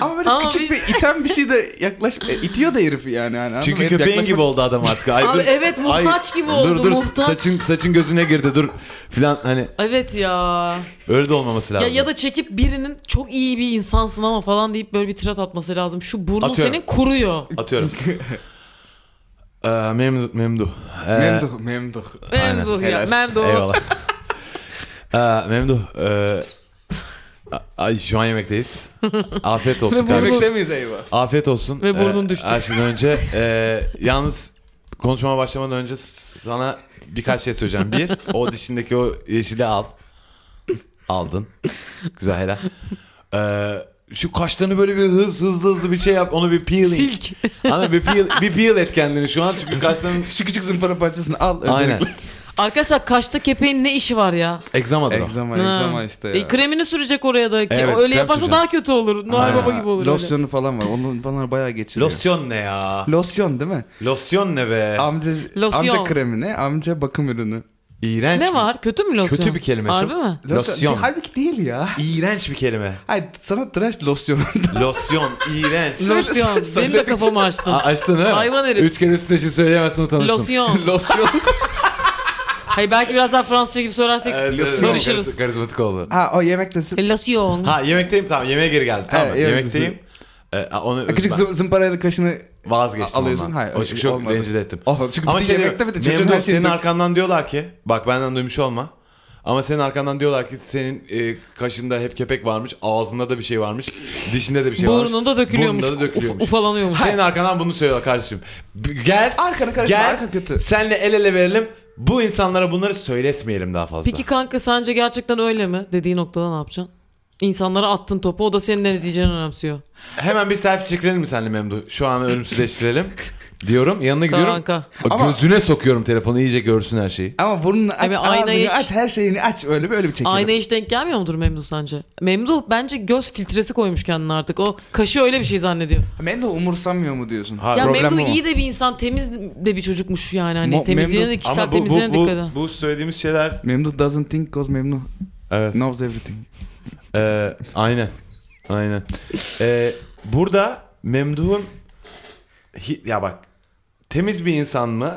[SPEAKER 3] Ama böyle
[SPEAKER 4] Ama
[SPEAKER 3] küçük
[SPEAKER 4] biz-
[SPEAKER 3] bir iten bir şey de yaklaş... e, itiyor da herifi yani. yani anladın mı?
[SPEAKER 2] çünkü
[SPEAKER 3] Herif
[SPEAKER 2] köpeğin
[SPEAKER 3] yaklaşmak-
[SPEAKER 2] gibi oldu adam artık. Ay,
[SPEAKER 4] Abi
[SPEAKER 2] dur.
[SPEAKER 4] evet, muhtaç gibi oldu,
[SPEAKER 2] Dur dur
[SPEAKER 4] muhtaç.
[SPEAKER 2] saçın saçın gözüne girdi dur falan hani
[SPEAKER 4] Evet ya.
[SPEAKER 2] öyle de olmaması lazım.
[SPEAKER 4] Ya ya da çekip birinin çok iyi bir insansın ama falan deyip böyle bir tirat atması lazım. Şu burnun
[SPEAKER 2] Atıyorum.
[SPEAKER 4] senin kuruyor. (laughs)
[SPEAKER 2] atıyorum. ee, memdu memdu. Ee,
[SPEAKER 3] Memduh, memduh.
[SPEAKER 2] Aynen.
[SPEAKER 4] Memduh ya.
[SPEAKER 3] Helal.
[SPEAKER 4] Memduh. (laughs)
[SPEAKER 2] Eyvallah. ee, memdu. ee, a- ay şu an
[SPEAKER 4] (laughs)
[SPEAKER 2] yemekteyiz. Afiyet olsun kardeşim.
[SPEAKER 3] Yemek demeyiz eyvah.
[SPEAKER 2] Afiyet olsun.
[SPEAKER 4] Ve burnun
[SPEAKER 2] Ee,
[SPEAKER 4] düştü.
[SPEAKER 2] Her şeyden önce. e, yalnız konuşmama başlamadan önce sana birkaç şey söyleyeceğim. Bir, o dişindeki o yeşili al. Aldın. Güzel helal. Ee, şu kaşlarını böyle bir hız hızlı hızlı bir şey yap. Onu bir peeling.
[SPEAKER 4] Silk.
[SPEAKER 2] Ana bir peel, bir peel et kendini şu an. Çünkü kaşların...
[SPEAKER 3] Şu küçük zımpara parçasını al öncelikle.
[SPEAKER 2] Aynen.
[SPEAKER 4] Arkadaşlar kaşta kepeğin ne işi var ya?
[SPEAKER 2] Egzamadır o.
[SPEAKER 3] Egzama,
[SPEAKER 4] Ha.
[SPEAKER 3] egzama işte ya.
[SPEAKER 4] E, kremini sürecek oraya da. Ke-
[SPEAKER 3] Evet,
[SPEAKER 4] öyle
[SPEAKER 3] krem
[SPEAKER 4] yaparsa
[SPEAKER 3] sürecek.
[SPEAKER 4] daha kötü olur. Noel
[SPEAKER 3] Aynen.
[SPEAKER 4] Baba gibi olur. öyle.
[SPEAKER 3] Losyonu falan var. Onu bana bayağı geçiriyor.
[SPEAKER 2] Losyon ne ya?
[SPEAKER 3] Losyon değil mi?
[SPEAKER 2] Losyon ne be?
[SPEAKER 3] Amca,
[SPEAKER 4] Losyon.
[SPEAKER 3] amca kremini, amca bakım ürünü.
[SPEAKER 2] İğrenç
[SPEAKER 4] Ne
[SPEAKER 2] bir-
[SPEAKER 4] var? Kötü mü losyon?
[SPEAKER 2] Kötü bir kelime.
[SPEAKER 4] Harbi
[SPEAKER 2] Çok-
[SPEAKER 3] (laughs)
[SPEAKER 4] mi?
[SPEAKER 3] Losyon.
[SPEAKER 2] Losyon.
[SPEAKER 3] Halbuki değil ya.
[SPEAKER 2] İğrenç bir kelime.
[SPEAKER 3] Hayır sana tıraş
[SPEAKER 2] (laughs)
[SPEAKER 3] losyonu.
[SPEAKER 2] Losyon, iğrenç.
[SPEAKER 4] Losyon. Benim de kafamı açtın.
[SPEAKER 2] A- açtın değil mi?
[SPEAKER 4] Hayvan herif.
[SPEAKER 2] Üç kere üst için söyleyemezsin utanırsın. (laughs)
[SPEAKER 4] Losyon.
[SPEAKER 2] Losyon.
[SPEAKER 4] Hayır belki biraz daha Fransızca gibi söylersek
[SPEAKER 2] Kariz-
[SPEAKER 4] barışırız.
[SPEAKER 2] Karizmatik oldu.
[SPEAKER 3] ha o yemek nasıl?
[SPEAKER 4] E, Losyon.
[SPEAKER 2] Ha yemekteyim tamam yemeğe geri geldi. Tamam
[SPEAKER 3] Evet,
[SPEAKER 2] yemekteyim. Ee, onu
[SPEAKER 3] Küçük
[SPEAKER 2] ben
[SPEAKER 3] zı- zımparayla kaşını
[SPEAKER 2] vazgeçtim
[SPEAKER 3] alıyorsun.
[SPEAKER 2] ondan.
[SPEAKER 3] Hayır,
[SPEAKER 2] o çünkü çok
[SPEAKER 3] olmadı.
[SPEAKER 2] rencide ettim.
[SPEAKER 3] Oh, çünkü
[SPEAKER 2] Ama
[SPEAKER 3] bütün
[SPEAKER 2] şey
[SPEAKER 3] yemekte
[SPEAKER 2] yemekte
[SPEAKER 3] bir de çocuğun
[SPEAKER 2] memnun
[SPEAKER 3] her
[SPEAKER 2] senin
[SPEAKER 3] şeyini dök-
[SPEAKER 2] arkandan diyorlar ki bak benden duymuş olma. Ama senin arkandan diyorlar ki senin e, kaşında hep kepek varmış, ağzında da bir şey varmış, dişinde de bir şey varmış.
[SPEAKER 4] Burnunda dökülüyormuş.
[SPEAKER 2] Burnunda da dökülüyormuş.
[SPEAKER 4] Uf- ufalanıyormuş.
[SPEAKER 2] Senin arkandan bunu söylüyorlar kardeşim. B- Gel.
[SPEAKER 3] Arkanı karıştırma,
[SPEAKER 2] Gel.
[SPEAKER 3] arka kötü.
[SPEAKER 2] Senle el ele verelim. Bu insanlara bunları söyletmeyelim daha fazla.
[SPEAKER 4] Peki kanka sence gerçekten öyle mi? Dediği noktada ne yapacaksın? İnsanlara attın topu o da senin ne diyeceğini önemsiyor.
[SPEAKER 2] Hemen bir selfie çekilelim mi senle Memdu? Şu an ölümsüzleştirelim. diyorum. Yanına gidiyorum.
[SPEAKER 4] Kanka.
[SPEAKER 3] Ama-
[SPEAKER 2] Gözüne sokuyorum telefonu iyice görsün her şeyi.
[SPEAKER 3] Ama burnunu aç,
[SPEAKER 4] Abi,
[SPEAKER 3] ağzını
[SPEAKER 4] aynayı
[SPEAKER 3] aç, her şeyini aç. Öyle bir öyle bir çekelim.
[SPEAKER 4] Ayna hiç denk gelmiyor mudur Memduh sence? Memduh bence göz filtresi koymuş kendine artık. O kaşı öyle bir şey zannediyor.
[SPEAKER 3] Ben de umursamıyor mu diyorsun?
[SPEAKER 2] Ha,
[SPEAKER 4] ya
[SPEAKER 2] problem
[SPEAKER 4] Memduh
[SPEAKER 3] bu.
[SPEAKER 4] iyi de bir insan temizli de bir çocukmuş yani. Hani
[SPEAKER 3] Mo-
[SPEAKER 4] temizliğine de
[SPEAKER 3] Memduh-
[SPEAKER 4] kişisel
[SPEAKER 2] Ama bu, bu,
[SPEAKER 4] temizliğine
[SPEAKER 2] bu,
[SPEAKER 4] dikkat edin.
[SPEAKER 2] bu söylediğimiz şeyler
[SPEAKER 3] Memduh doesn't think cause Memduh
[SPEAKER 2] evet.
[SPEAKER 3] knows everything.
[SPEAKER 2] Ee, aynen. Aynen. Ee, burada Memduh'un hi- ya bak temiz bir insan mı?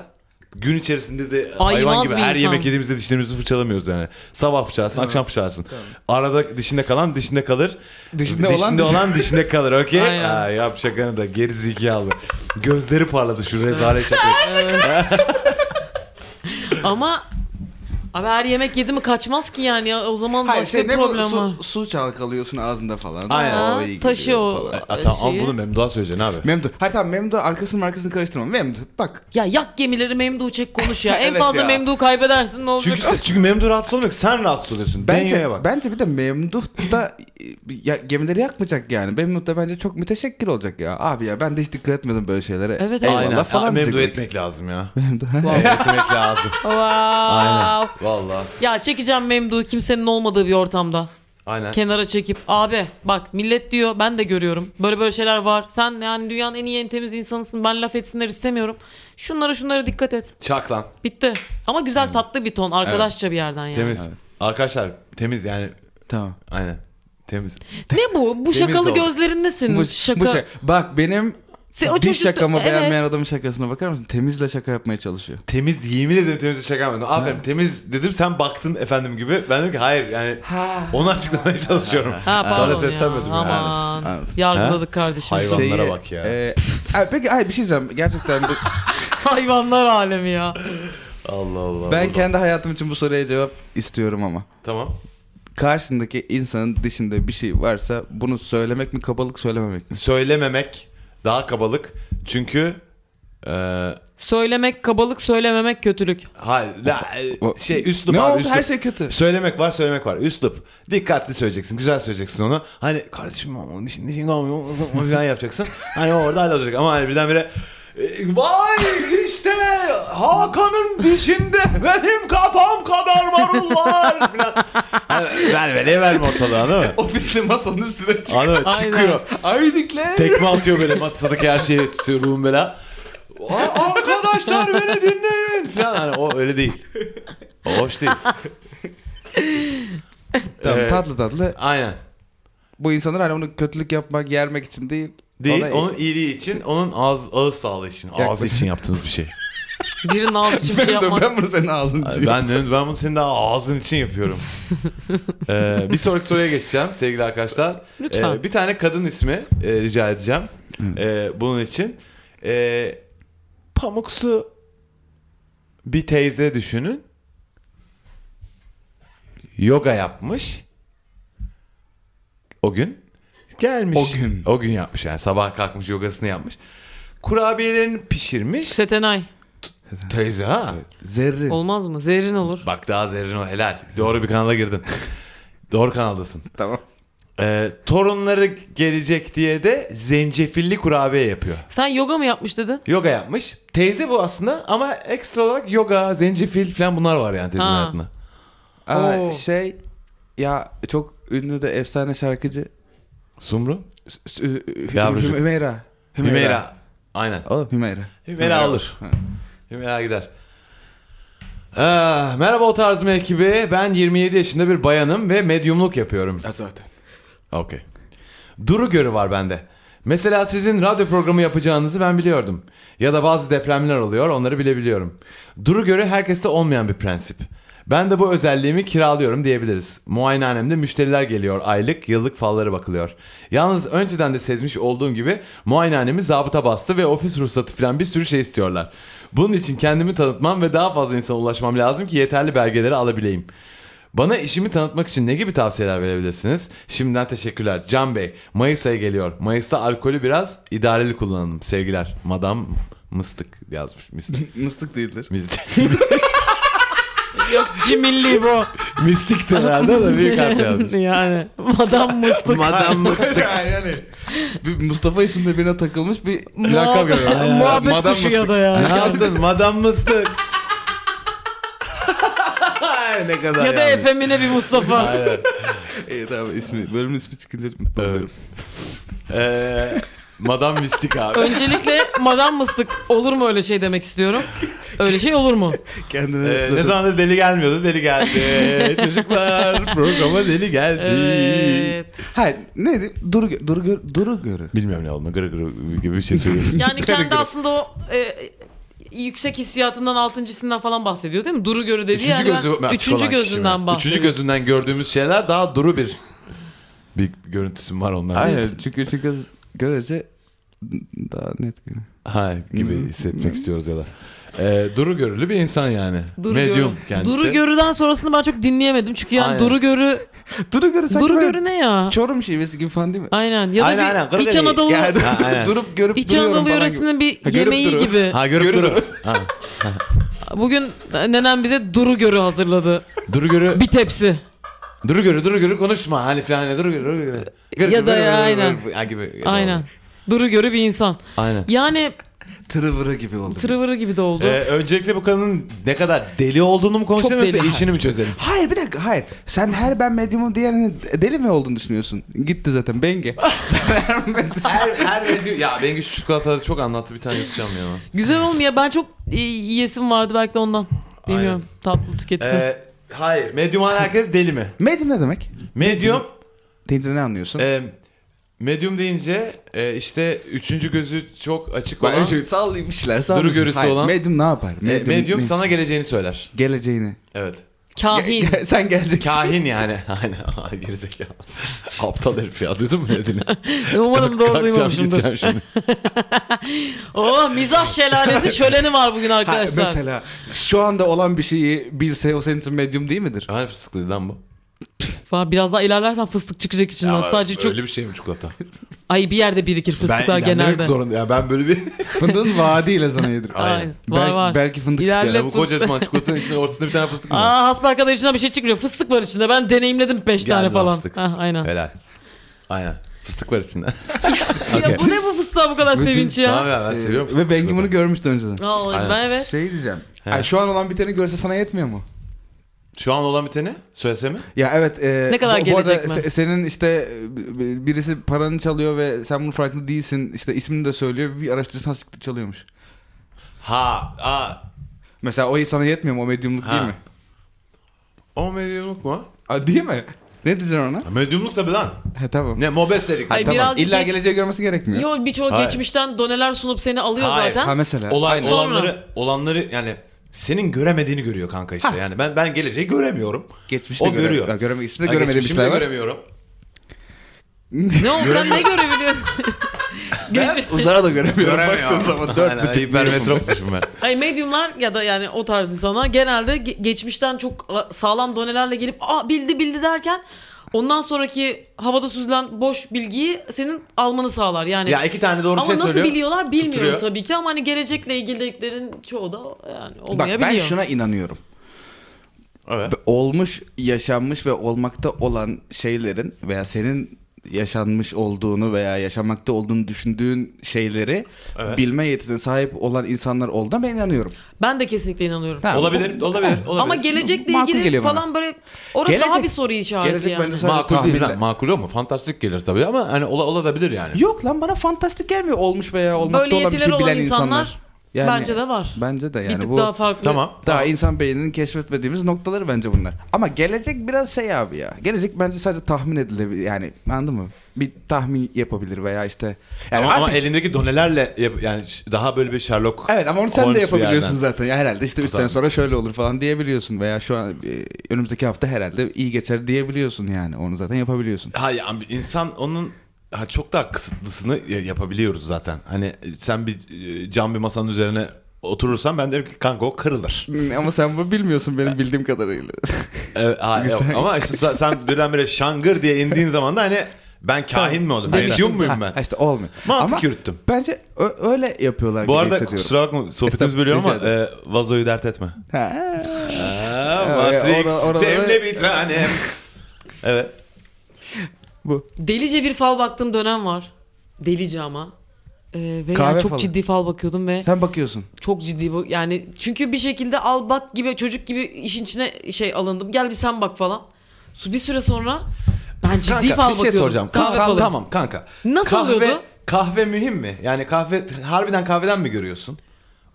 [SPEAKER 2] Gün içerisinde de hayvan
[SPEAKER 4] Ayvaz
[SPEAKER 2] gibi
[SPEAKER 4] bir
[SPEAKER 2] her
[SPEAKER 4] insan.
[SPEAKER 2] yemek yediğimizde dişlerimizi fırçalamıyoruz yani. Sabah fırçalarsın, akşam fırçalarsın. Arada dişinde kalan dişinde kalır.
[SPEAKER 3] Dişinde
[SPEAKER 2] dişinde
[SPEAKER 3] olan-
[SPEAKER 2] olan dişinde kalır. Okey?
[SPEAKER 4] (laughs) Aynen.
[SPEAKER 2] Aa, Yap şakanı da geri zekalı. Gözleri parladı şu rezalet
[SPEAKER 4] (laughs)
[SPEAKER 2] şakası.
[SPEAKER 4] Ama abi her yemek yedi mi kaçmaz ki yani. Ya O zaman
[SPEAKER 3] Hayır
[SPEAKER 4] başka
[SPEAKER 3] şey
[SPEAKER 4] bir
[SPEAKER 3] ne bu
[SPEAKER 4] problem var.
[SPEAKER 3] su, su çalkalıyorsun ağzında falan.
[SPEAKER 2] Aynen.
[SPEAKER 3] O iyi geliyor
[SPEAKER 4] Taşı o.
[SPEAKER 3] falan.
[SPEAKER 2] Aa, E, tamam
[SPEAKER 4] şeyi.
[SPEAKER 2] bunu Memduh'a söyleyeceksin abi.
[SPEAKER 3] Memduh. Hayır tamam Memduh arkasını arkasını karıştırma. Memduh bak.
[SPEAKER 4] Ya yak gemileri Memduh çek konuş ya. En
[SPEAKER 3] Evet
[SPEAKER 4] fazla
[SPEAKER 3] ya.
[SPEAKER 4] Memduh'u kaybedersin ne olacak?
[SPEAKER 2] Çünkü, çünkü Memduh rahatsız olmuyor ki sen rahatsız oluyorsun. Bence,
[SPEAKER 3] Bence
[SPEAKER 2] bak.
[SPEAKER 3] bence bir de Memduh da (laughs) e, ya, gemileri yakmayacak yani. Memduh da bence çok müteşekkir olacak ya. Abi ya ben de hiç dikkat etmedim böyle şeylere.
[SPEAKER 4] Evet,
[SPEAKER 3] Eyvallah
[SPEAKER 2] Aynen.
[SPEAKER 3] falan
[SPEAKER 2] Aa, Memduh
[SPEAKER 3] diyecek.
[SPEAKER 2] etmek lazım ya.
[SPEAKER 3] Memduh.
[SPEAKER 2] etmek
[SPEAKER 4] (laughs)
[SPEAKER 2] lazım. (laughs)
[SPEAKER 4] Wow.
[SPEAKER 2] Aynen. Valla.
[SPEAKER 4] Ya çekeceğim Memduh'u kimsenin olmadığı bir ortamda.
[SPEAKER 2] Aynen.
[SPEAKER 4] Kenara çekip abi bak millet diyor ben de görüyorum. Böyle böyle şeyler var. Sen yani dünyanın en iyi en temiz insanısın. Ben laf etsinler istemiyorum. Şunlara şunlara dikkat et.
[SPEAKER 2] Çak lan.
[SPEAKER 4] Bitti. Ama güzel tatlı bir ton arkadaşça bir yerden yani.
[SPEAKER 2] Temiz. Arkadaşlar temiz yani.
[SPEAKER 3] (laughs) Tamam.
[SPEAKER 2] Aynen. Temiz.
[SPEAKER 4] Ne bu? Bu şakalı
[SPEAKER 2] ol.
[SPEAKER 4] gözlerin ne senin?
[SPEAKER 3] Bu,
[SPEAKER 4] şaka.
[SPEAKER 3] bu şey- Bak benim
[SPEAKER 4] Se- o
[SPEAKER 3] bir
[SPEAKER 4] çocukta-
[SPEAKER 3] şakamı
[SPEAKER 4] evet.
[SPEAKER 3] beğenmeyen adamın şakasına bakar mısın? Temizle şaka yapmaya çalışıyor.
[SPEAKER 2] Temiz yemin ederim temiz şaka yapmadım. Aferin temiz dedim sen baktın efendim gibi. Ben dedim ki hayır yani onu açıklamaya çalışıyorum.
[SPEAKER 4] Ha pardon
[SPEAKER 2] Sana
[SPEAKER 4] ya.
[SPEAKER 2] seslenmedim yani.
[SPEAKER 4] Aman.
[SPEAKER 3] Anladım.
[SPEAKER 4] Yargıladık kardeşim.
[SPEAKER 2] Hayvan.
[SPEAKER 4] Şey-
[SPEAKER 2] Hayvanlara bak ya.
[SPEAKER 3] e, ay, peki ay bir şey diyeceğim. Gerçekten (laughs) bu,
[SPEAKER 4] Hayvanlar alemi ya.
[SPEAKER 2] Allah Allah.
[SPEAKER 3] ben
[SPEAKER 2] Allah.
[SPEAKER 3] kendi hayatım için bu soruya cevap istiyorum ama.
[SPEAKER 2] Tamam.
[SPEAKER 3] Karşındaki insanın dışında bir şey varsa bunu söylemek mi kabalık söylememek mi?
[SPEAKER 2] Söylememek daha kabalık. Çünkü e,
[SPEAKER 4] Söylemek kabalık, söylememek kötülük.
[SPEAKER 2] hayır la-
[SPEAKER 3] O-
[SPEAKER 2] şey üslup
[SPEAKER 3] ne
[SPEAKER 2] abi,
[SPEAKER 3] oldu?
[SPEAKER 2] üslup.
[SPEAKER 3] Her şey kötü.
[SPEAKER 2] Söylemek var söylemek var. Üslup. Dikkatli söyleyeceksin. Güzel söyleyeceksin onu. Hani kardeşim ama onun için için olmuyor falan yapacaksın. Hani orada hallolacak ama hani birdenbire "E, Vay işte Hakan'ın dişinde benim kafam kadar marullar falan. Hani ver vereye verme ortalığa değil mi?
[SPEAKER 3] (laughs) Ofiste masanın üstüne çık.
[SPEAKER 2] Anladın mı? Çıkıyor.
[SPEAKER 3] Aydikler.
[SPEAKER 2] Tekme atıyor böyle masadaki her şeyi tutuyor ruhum bela. "Aa, Arkadaşlar beni dinleyin falan. Hani o öyle değil. O hoş değil.
[SPEAKER 3] (laughs) Tamam,
[SPEAKER 2] Ee,
[SPEAKER 3] tatlı tatlı.
[SPEAKER 2] Aynen.
[SPEAKER 3] Bu insanlar hani onu kötülük yapmak, yermek için değil.
[SPEAKER 2] Değil,
[SPEAKER 3] Ona- (laughs)
[SPEAKER 2] onun iyiliği için, onun ağız, ağız sağlığı için, ağzı
[SPEAKER 3] Yaklaşık.
[SPEAKER 2] için yaptığımız bir şey.
[SPEAKER 4] Birinin ağzı için bir
[SPEAKER 3] ben,
[SPEAKER 4] şey
[SPEAKER 3] de-
[SPEAKER 4] yapmak.
[SPEAKER 3] ben bunu senin ağzını
[SPEAKER 2] Ay,
[SPEAKER 3] çiğ.
[SPEAKER 2] Ee, ben de- ben bunu senin daha ağzın için yapıyorum. Ee, bir sonraki soruya geçeceğim sevgili arkadaşlar.
[SPEAKER 4] Lütfen.
[SPEAKER 2] Ee, bir tane kadın ismi e, rica edeceğim Ee, bunun için. Ee, pamuksu bir teyze düşünün. Yoga yapmış. O gün. Gelmiş.
[SPEAKER 3] O gün.
[SPEAKER 2] O gün yapmış yani sabah kalkmış yogasını yapmış. Kurabiyelerini pişirmiş.
[SPEAKER 4] Setenay.
[SPEAKER 2] Teyze ha.
[SPEAKER 3] Zerrin.
[SPEAKER 4] Olmaz mı? Zehrin olur.
[SPEAKER 2] Bak daha zerrin o helal. Doğru bir kanala girdin. Doğru kanaldasın.
[SPEAKER 3] Tamam.
[SPEAKER 2] Ee, torunları gelecek diye de zencefilli kurabiye yapıyor.
[SPEAKER 4] Sen yoga mı yapmış dedin?
[SPEAKER 2] Yoga yapmış. Teyze bu aslında ama ekstra olarak yoga, zencefil falan bunlar var yani teyzenin
[SPEAKER 4] Ha.
[SPEAKER 2] hayatında.
[SPEAKER 3] Aa,
[SPEAKER 4] Oo.
[SPEAKER 3] şey ya çok ünlü de efsane şarkıcı
[SPEAKER 2] Sumru?
[SPEAKER 3] Sü- sü-
[SPEAKER 2] Yavrucuk.
[SPEAKER 3] Hü- Hümeyra.
[SPEAKER 2] Hümeyra. Aynen.
[SPEAKER 3] Oğlum Hümeyra.
[SPEAKER 2] Hümeyra olur. Hümeyra gider. Ah, merhaba o tarz mı ekibi. Ben 27 yaşında bir bayanım ve medyumluk yapıyorum.
[SPEAKER 3] Ha, zaten.
[SPEAKER 2] Okey. Duru görü var bende. Mesela sizin radyo programı yapacağınızı ben biliyordum. Ya da bazı depremler oluyor onları bilebiliyorum. Duru görü herkeste olmayan bir prensip. Ben de bu özelliğimi kiralıyorum diyebiliriz. Muayenehanemde müşteriler geliyor aylık yıllık falları bakılıyor. Yalnız önceden de sezmiş olduğum gibi muayenehanemi zabıta bastı ve ofis ruhsatı falan bir sürü şey istiyorlar. Bunun için kendimi tanıtmam ve daha fazla insana ulaşmam lazım ki yeterli belgeleri alabileyim. Bana işimi tanıtmak için ne gibi tavsiyeler verebilirsiniz? Şimdiden teşekkürler. Can Bey, Mayıs ayı geliyor. Mayıs'ta alkolü biraz idareli kullanalım. Sevgiler. Madam Mıstık yazmış.
[SPEAKER 4] (laughs)
[SPEAKER 2] Mistik.
[SPEAKER 3] Mıstık değildir.
[SPEAKER 2] Mistik.
[SPEAKER 4] Yok cimilli bu.
[SPEAKER 2] Mistik de herhalde o da büyük
[SPEAKER 4] (laughs)
[SPEAKER 2] harf yazmış.
[SPEAKER 4] yani. Madam mıstık.
[SPEAKER 3] Madam Mıstık. yani. Bir Mustafa isminde birine takılmış bir
[SPEAKER 4] Muhabbet-
[SPEAKER 3] lakap görüyor.
[SPEAKER 4] Muhabbet
[SPEAKER 3] Madam
[SPEAKER 4] kuşu
[SPEAKER 3] Mıstık.
[SPEAKER 4] ya da ya.
[SPEAKER 2] ne yaptın? Madam (laughs) Mıstık. ne kadar
[SPEAKER 4] Ya da
[SPEAKER 2] yanlış.
[SPEAKER 4] efemine bir Mustafa.
[SPEAKER 2] (laughs) Aynen.
[SPEAKER 4] (laughs)
[SPEAKER 3] İyi tamam ismi. Bölümün ismi çıkınca mutlu olurum.
[SPEAKER 2] Ee, Madam Mistik abi.
[SPEAKER 4] Öncelikle madam mıstık olur mu öyle şey demek istiyorum. Öyle şey olur mu?
[SPEAKER 3] Kendine
[SPEAKER 2] Ee, ne zamandır deli gelmiyordu deli geldi. Çocuklar programa deli geldi.
[SPEAKER 4] Evet.
[SPEAKER 3] Hayır neydi? Duru, gö- duru, gör- duru görü.
[SPEAKER 2] Bilmem ne olma gırı gırı gibi bir şey
[SPEAKER 4] (laughs)
[SPEAKER 2] söylüyorsun.
[SPEAKER 4] (laughs) Yani kendi aslında o e, yüksek hissiyatından altıncısından falan bahsediyor değil mi? Duru görü dediği
[SPEAKER 2] Üçüncü,
[SPEAKER 4] yerden-
[SPEAKER 2] gözü, açık olan
[SPEAKER 4] üçüncü
[SPEAKER 2] kişi mi?
[SPEAKER 4] gözünden bahsediyor.
[SPEAKER 2] Üçüncü gözünden gördüğümüz şeyler daha duru bir bir görüntüsü var onların.
[SPEAKER 3] Aynen çünkü çünkü görece daha net görünüyor.
[SPEAKER 2] Ha gibi hissetmek istiyoruz ya da. Ee, duru görülü bir insan yani.
[SPEAKER 4] Duru
[SPEAKER 2] Medyum
[SPEAKER 4] görü.
[SPEAKER 2] kendisi.
[SPEAKER 4] Duru görüden sonrasını ben çok dinleyemedim. Çünkü yani
[SPEAKER 2] Aynen.
[SPEAKER 4] duru görü
[SPEAKER 3] Duru görü sanki
[SPEAKER 4] duru
[SPEAKER 3] böyle
[SPEAKER 4] görü ne ya?
[SPEAKER 3] Çorum şivesi gibi falan değil mi?
[SPEAKER 4] Aynen. Ya da
[SPEAKER 2] Aynen,
[SPEAKER 4] bir
[SPEAKER 2] aynen. Kırgız
[SPEAKER 4] İç
[SPEAKER 2] değil.
[SPEAKER 4] Anadolu
[SPEAKER 2] Yani
[SPEAKER 3] Yani
[SPEAKER 2] Ha, aynen.
[SPEAKER 3] durup görüp
[SPEAKER 4] İç
[SPEAKER 3] duruyorum
[SPEAKER 4] Anadolu
[SPEAKER 3] falan gibi.
[SPEAKER 4] yöresinin bir
[SPEAKER 3] Ha, görüp
[SPEAKER 4] yemeği
[SPEAKER 3] duru.
[SPEAKER 4] gibi.
[SPEAKER 2] Ha görüp
[SPEAKER 3] Görü
[SPEAKER 2] duru. Ha.
[SPEAKER 4] Bugün nenem bize duru görü hazırladı.
[SPEAKER 2] Duru görü.
[SPEAKER 4] Bir tepsi.
[SPEAKER 2] Duru görü duru görü konuşma. Hani falan hani duru görü duru görü. Gırı
[SPEAKER 4] Ya da
[SPEAKER 2] gırı gırı gırı
[SPEAKER 4] aynen.
[SPEAKER 2] gırı Ha, gibi.
[SPEAKER 4] Aynen. Duru görü bir insan.
[SPEAKER 2] Aynen.
[SPEAKER 4] Yani
[SPEAKER 3] Tırı vırı gibi oldu.
[SPEAKER 4] tırıvırı gibi de oldu.
[SPEAKER 2] Ee, öncelikle bu kadının ne kadar deli olduğunu mu konuşalım
[SPEAKER 4] Çok deli.
[SPEAKER 2] yoksa işini mi çözelim?
[SPEAKER 3] Hayır bir dakika hayır. Sen her ben medyumun diğerinin deli mi olduğunu düşünüyorsun? Gitti zaten
[SPEAKER 4] (laughs)
[SPEAKER 3] Benge. Sen her medyum.
[SPEAKER 2] her, her video... Ya Bengü şu çikolataları çok anlattı bir tane yutacağım ya.
[SPEAKER 4] Güzel olmuyor. Ben çok e, yiyesim vardı belki de ondan. Bilmiyorum. Tatlı tüketimi.
[SPEAKER 2] (laughs) Ee, hayır. Medyum olan herkes deli mi?
[SPEAKER 3] Medyum ne demek?
[SPEAKER 2] Medyum.
[SPEAKER 3] Deyince ne anlıyorsun?
[SPEAKER 2] e, medyum deyince e, işte üçüncü gözü çok açık olan. e,
[SPEAKER 3] Ben şey sallayayım işler sallayayım.
[SPEAKER 2] Duru görüsü
[SPEAKER 3] Hayır,
[SPEAKER 2] olan-
[SPEAKER 3] Medyum ne yapar?
[SPEAKER 2] e,
[SPEAKER 3] Medyum,
[SPEAKER 2] medyum
[SPEAKER 3] ne-
[SPEAKER 2] sana geleceğini söyler.
[SPEAKER 3] Geleceğini.
[SPEAKER 2] Evet.
[SPEAKER 4] Kahin.
[SPEAKER 3] Ge- sen geleceksin.
[SPEAKER 2] Kahin yani. (laughs) Aynen. Ay, Gerizekalı. (laughs) Aptal herif ya. Duydun mu ne (laughs) dediğini?
[SPEAKER 4] Umarım doğru
[SPEAKER 2] Kalkacağım
[SPEAKER 4] duymamışımdır.
[SPEAKER 2] gideceğim (laughs) şimdi.
[SPEAKER 4] Oo mizah şelalesi şöleni var bugün
[SPEAKER 3] Ha,
[SPEAKER 4] arkadaşlar.
[SPEAKER 3] mesela şu anda olan bir şeyi bilse o senin için medyum değil midir?
[SPEAKER 2] Hani fıstıklıydı lan bu.
[SPEAKER 4] Falan Biraz daha ilerlersen fıstık çıkacak içinden.
[SPEAKER 2] Ya,
[SPEAKER 4] Sadece çok
[SPEAKER 2] Öyle bir şey mi
[SPEAKER 4] (laughs)
[SPEAKER 2] çikolata?
[SPEAKER 4] ay bir yerde birikir fıstıklar
[SPEAKER 2] ben ilerlemek
[SPEAKER 4] genelde.
[SPEAKER 2] zorunda. Ya ben böyle bir...
[SPEAKER 3] (laughs) Fındığın vaadiyle sana yedir.
[SPEAKER 2] Aynen.
[SPEAKER 4] Aynen. Var
[SPEAKER 3] Belki,
[SPEAKER 4] var.
[SPEAKER 3] belki fındık
[SPEAKER 4] İlerle-
[SPEAKER 3] çıkar.
[SPEAKER 2] Ya bu kocaman çikolatanın içinde ortasında bir tane
[SPEAKER 4] (laughs)
[SPEAKER 2] fıstık mı? var?
[SPEAKER 4] Aa hasbelkader içinden bir şey çıkmıyor. Fıstık var içinde. Ben deneyimledim 5
[SPEAKER 2] Geldi
[SPEAKER 4] tane
[SPEAKER 2] lan
[SPEAKER 4] falan.
[SPEAKER 2] fıstık.
[SPEAKER 4] Ha, aynen.
[SPEAKER 2] Helal. Aynen. Fıstık var içinde.
[SPEAKER 4] Ya bu ne bu fıstığa bu kadar sevinç
[SPEAKER 2] tamam
[SPEAKER 4] ya?
[SPEAKER 2] ya ben seviyorum
[SPEAKER 3] Ee, Ve
[SPEAKER 2] fıstık
[SPEAKER 3] Bengi bunu
[SPEAKER 2] çikolatayı.
[SPEAKER 3] görmüştü önceden.
[SPEAKER 4] Vallahi ben
[SPEAKER 2] Aynen.
[SPEAKER 4] evet.
[SPEAKER 3] Şey diyeceğim.
[SPEAKER 2] He.
[SPEAKER 3] Ay, şu an olan biteni görse sana yetmiyor mu?
[SPEAKER 2] Şu an olan biteni söylese mi?
[SPEAKER 3] Ya evet. e,
[SPEAKER 4] Ne kadar
[SPEAKER 3] bu, bu arada
[SPEAKER 4] gelecek mi?
[SPEAKER 3] se- senin işte e, b- birisi paranı çalıyor ve sen bunun farkında değilsin. İşte ismini de söylüyor. Bir araştırırsan siktir çalıyormuş.
[SPEAKER 2] Ha. Aa.
[SPEAKER 3] Mesela o sana yetmiyor mu? O medyumluk
[SPEAKER 2] Ha.
[SPEAKER 3] değil mi?
[SPEAKER 2] O medyumluk mu?
[SPEAKER 3] Aa, değil mi? Ne diyeceksin ona?
[SPEAKER 2] Ha, medyumluk tabii lan.
[SPEAKER 3] He tamam.
[SPEAKER 2] Ne mobestelik.
[SPEAKER 4] Hayır,
[SPEAKER 2] Tamam.
[SPEAKER 4] biraz- Birazcık
[SPEAKER 3] İlla
[SPEAKER 4] geç-
[SPEAKER 3] geleceği görmesi gerekmiyor. (laughs)
[SPEAKER 4] Yo birçoğu
[SPEAKER 2] Hayır.
[SPEAKER 4] geçmişten doneler sunup seni alıyor
[SPEAKER 2] Hayır.
[SPEAKER 4] zaten.
[SPEAKER 3] Ha mesela.
[SPEAKER 2] Olay,
[SPEAKER 4] Sonra.
[SPEAKER 2] olanları, olanları yani senin göremediğini görüyor kanka işte.
[SPEAKER 4] Ha.
[SPEAKER 2] Yani ben ben geleceği göremiyorum.
[SPEAKER 3] Geçmişte
[SPEAKER 2] o
[SPEAKER 3] göre-
[SPEAKER 2] görüyor.
[SPEAKER 3] Ya, göreme- ismi de
[SPEAKER 2] Ha,
[SPEAKER 3] göremediğim
[SPEAKER 2] geçmişimi de
[SPEAKER 3] işler var.
[SPEAKER 2] göremiyorum.
[SPEAKER 4] Ne oldu sen
[SPEAKER 2] (laughs)
[SPEAKER 4] ne görebiliyorsun? Gece-
[SPEAKER 3] Uzağa da göremiyorum.
[SPEAKER 2] Göremiyorum.
[SPEAKER 3] Baktığın zaman dört buçuk
[SPEAKER 2] hipermetropmuşum ben.
[SPEAKER 4] Ay medyumlar ya da yani o tarz insanlar genelde ge- geçmişten çok a- sağlam donelerle gelip aa bildi bildi derken ondan sonraki havada süzülen boş bilgiyi senin almanı sağlar
[SPEAKER 2] (laughs)
[SPEAKER 4] yani.
[SPEAKER 2] ya iki tane doğru
[SPEAKER 4] ama
[SPEAKER 2] şey
[SPEAKER 4] nasıl
[SPEAKER 2] söylüyor.
[SPEAKER 4] biliyorlar bilmiyorum
[SPEAKER 2] tutturuyor.
[SPEAKER 4] tabii ki ama hani gelecekle ilgili dediklerin çoğu da yani
[SPEAKER 3] Bak
[SPEAKER 4] olmayabiliyor.
[SPEAKER 3] ben şuna inanıyorum.
[SPEAKER 2] Evet.
[SPEAKER 3] olmuş, yaşanmış ve olmakta olan şeylerin veya senin yaşanmış olduğunu veya yaşamakta olduğunu düşündüğün şeyleri bilme yetisine sahip olan insanlar olduğuna ben inanıyorum.
[SPEAKER 4] Ben de kesinlikle inanıyorum.
[SPEAKER 3] Ha,
[SPEAKER 2] Olabilir, olabilir, olabilir.
[SPEAKER 4] Ama gelecekle
[SPEAKER 3] Makul
[SPEAKER 4] ilgili
[SPEAKER 3] geliyor bana.
[SPEAKER 4] falan böyle orası
[SPEAKER 3] Gelecek-
[SPEAKER 4] daha bir soru işareti
[SPEAKER 3] gelecek
[SPEAKER 4] yani.
[SPEAKER 3] bence sadece
[SPEAKER 2] makul değil
[SPEAKER 3] tahminle-
[SPEAKER 2] lan. Makul mu? Fantastik gelir tabii ama hani ola, olabilir yani.
[SPEAKER 3] Yok lan bana fantastik gelmiyor olmuş veya olmakta
[SPEAKER 4] Böyle
[SPEAKER 3] olan bir şey
[SPEAKER 4] yetileri
[SPEAKER 3] bilen
[SPEAKER 4] olan
[SPEAKER 3] insanlar.
[SPEAKER 4] insanlar bence de var.
[SPEAKER 3] Bence de yani
[SPEAKER 4] bir tık
[SPEAKER 3] bu
[SPEAKER 4] daha farklı.
[SPEAKER 2] Tamam.
[SPEAKER 3] daha insan beyninin keşfetmediğimiz noktaları bence bunlar. Ama gelecek biraz şey abi ya. Gelecek bence sadece tahmin edilebilir yani anladın mı? Bir tahmin yapabilir veya işte yani
[SPEAKER 2] ama, ama
[SPEAKER 3] artık-
[SPEAKER 2] elindeki donelerle yap- yani ş- daha böyle bir Sherlock
[SPEAKER 3] Evet ama onu sen
[SPEAKER 2] Holmes
[SPEAKER 3] de
[SPEAKER 2] bir
[SPEAKER 3] yapabiliyorsun
[SPEAKER 2] yerden.
[SPEAKER 3] zaten. Ya herhalde işte 3
[SPEAKER 2] Tabii.
[SPEAKER 3] sene sonra şöyle olur falan diyebiliyorsun veya şu an e, önümüzdeki hafta herhalde iyi geçer diyebiliyorsun yani. Onu zaten yapabiliyorsun.
[SPEAKER 2] Hayır ama insan onun ha, çok daha kısıtlısını ya- yapabiliyoruz zaten. Hani sen bir e, cam bir masanın üzerine oturursan ben derim ki kanka o kırılır.
[SPEAKER 3] ama sen bunu bilmiyorsun benim
[SPEAKER 2] (laughs)
[SPEAKER 3] bildiğim kadarıyla. (laughs)
[SPEAKER 2] Evet, ha,
[SPEAKER 3] Çünkü
[SPEAKER 2] yok.
[SPEAKER 3] sen-
[SPEAKER 2] Ama işte sen, sen birdenbire şangır diye indiğin zaman da hani ben kahin mi oldum?
[SPEAKER 4] Aynen.
[SPEAKER 2] Medyum muyum ben?
[SPEAKER 3] Ha, işte olmuyor.
[SPEAKER 2] Mantık
[SPEAKER 3] ama
[SPEAKER 2] yürüttüm.
[SPEAKER 3] Bence ö- öyle yapıyorlar
[SPEAKER 2] Bu
[SPEAKER 3] gibi
[SPEAKER 2] arada
[SPEAKER 3] hissediyorum.
[SPEAKER 2] kusura bakma sohbetimiz
[SPEAKER 3] Estağfurullah,
[SPEAKER 2] bölüyor ama
[SPEAKER 3] rica
[SPEAKER 2] e, vazoyu dert etme.
[SPEAKER 3] Ha.
[SPEAKER 2] Aa,
[SPEAKER 3] Evet,
[SPEAKER 2] Matrix
[SPEAKER 3] ora- Ee, oraları-
[SPEAKER 2] demle bir
[SPEAKER 3] (laughs)
[SPEAKER 2] tanem. evet.
[SPEAKER 3] Bu.
[SPEAKER 4] Delice bir fal baktığım dönem var. Delice ama. Ee, ve
[SPEAKER 3] Kahve
[SPEAKER 4] yani çok
[SPEAKER 3] falı.
[SPEAKER 4] ciddi fal bakıyordum ve
[SPEAKER 3] Sen bakıyorsun.
[SPEAKER 4] çok ciddi bu yani çünkü bir şekilde al bak gibi çocuk gibi işin içine şey alındım gel bir sen bak falan. Su bir süre sonra ben ciddi fal
[SPEAKER 2] Kanka bir şey
[SPEAKER 4] bakıyordum.
[SPEAKER 2] soracağım.
[SPEAKER 4] Kahve
[SPEAKER 2] Kahve
[SPEAKER 4] falı.
[SPEAKER 2] tamam kanka.
[SPEAKER 4] Nasıl
[SPEAKER 2] kahve,
[SPEAKER 4] oluyordu?
[SPEAKER 2] Kahve mühim mi? Yani kahve harbiden kahveden mi görüyorsun?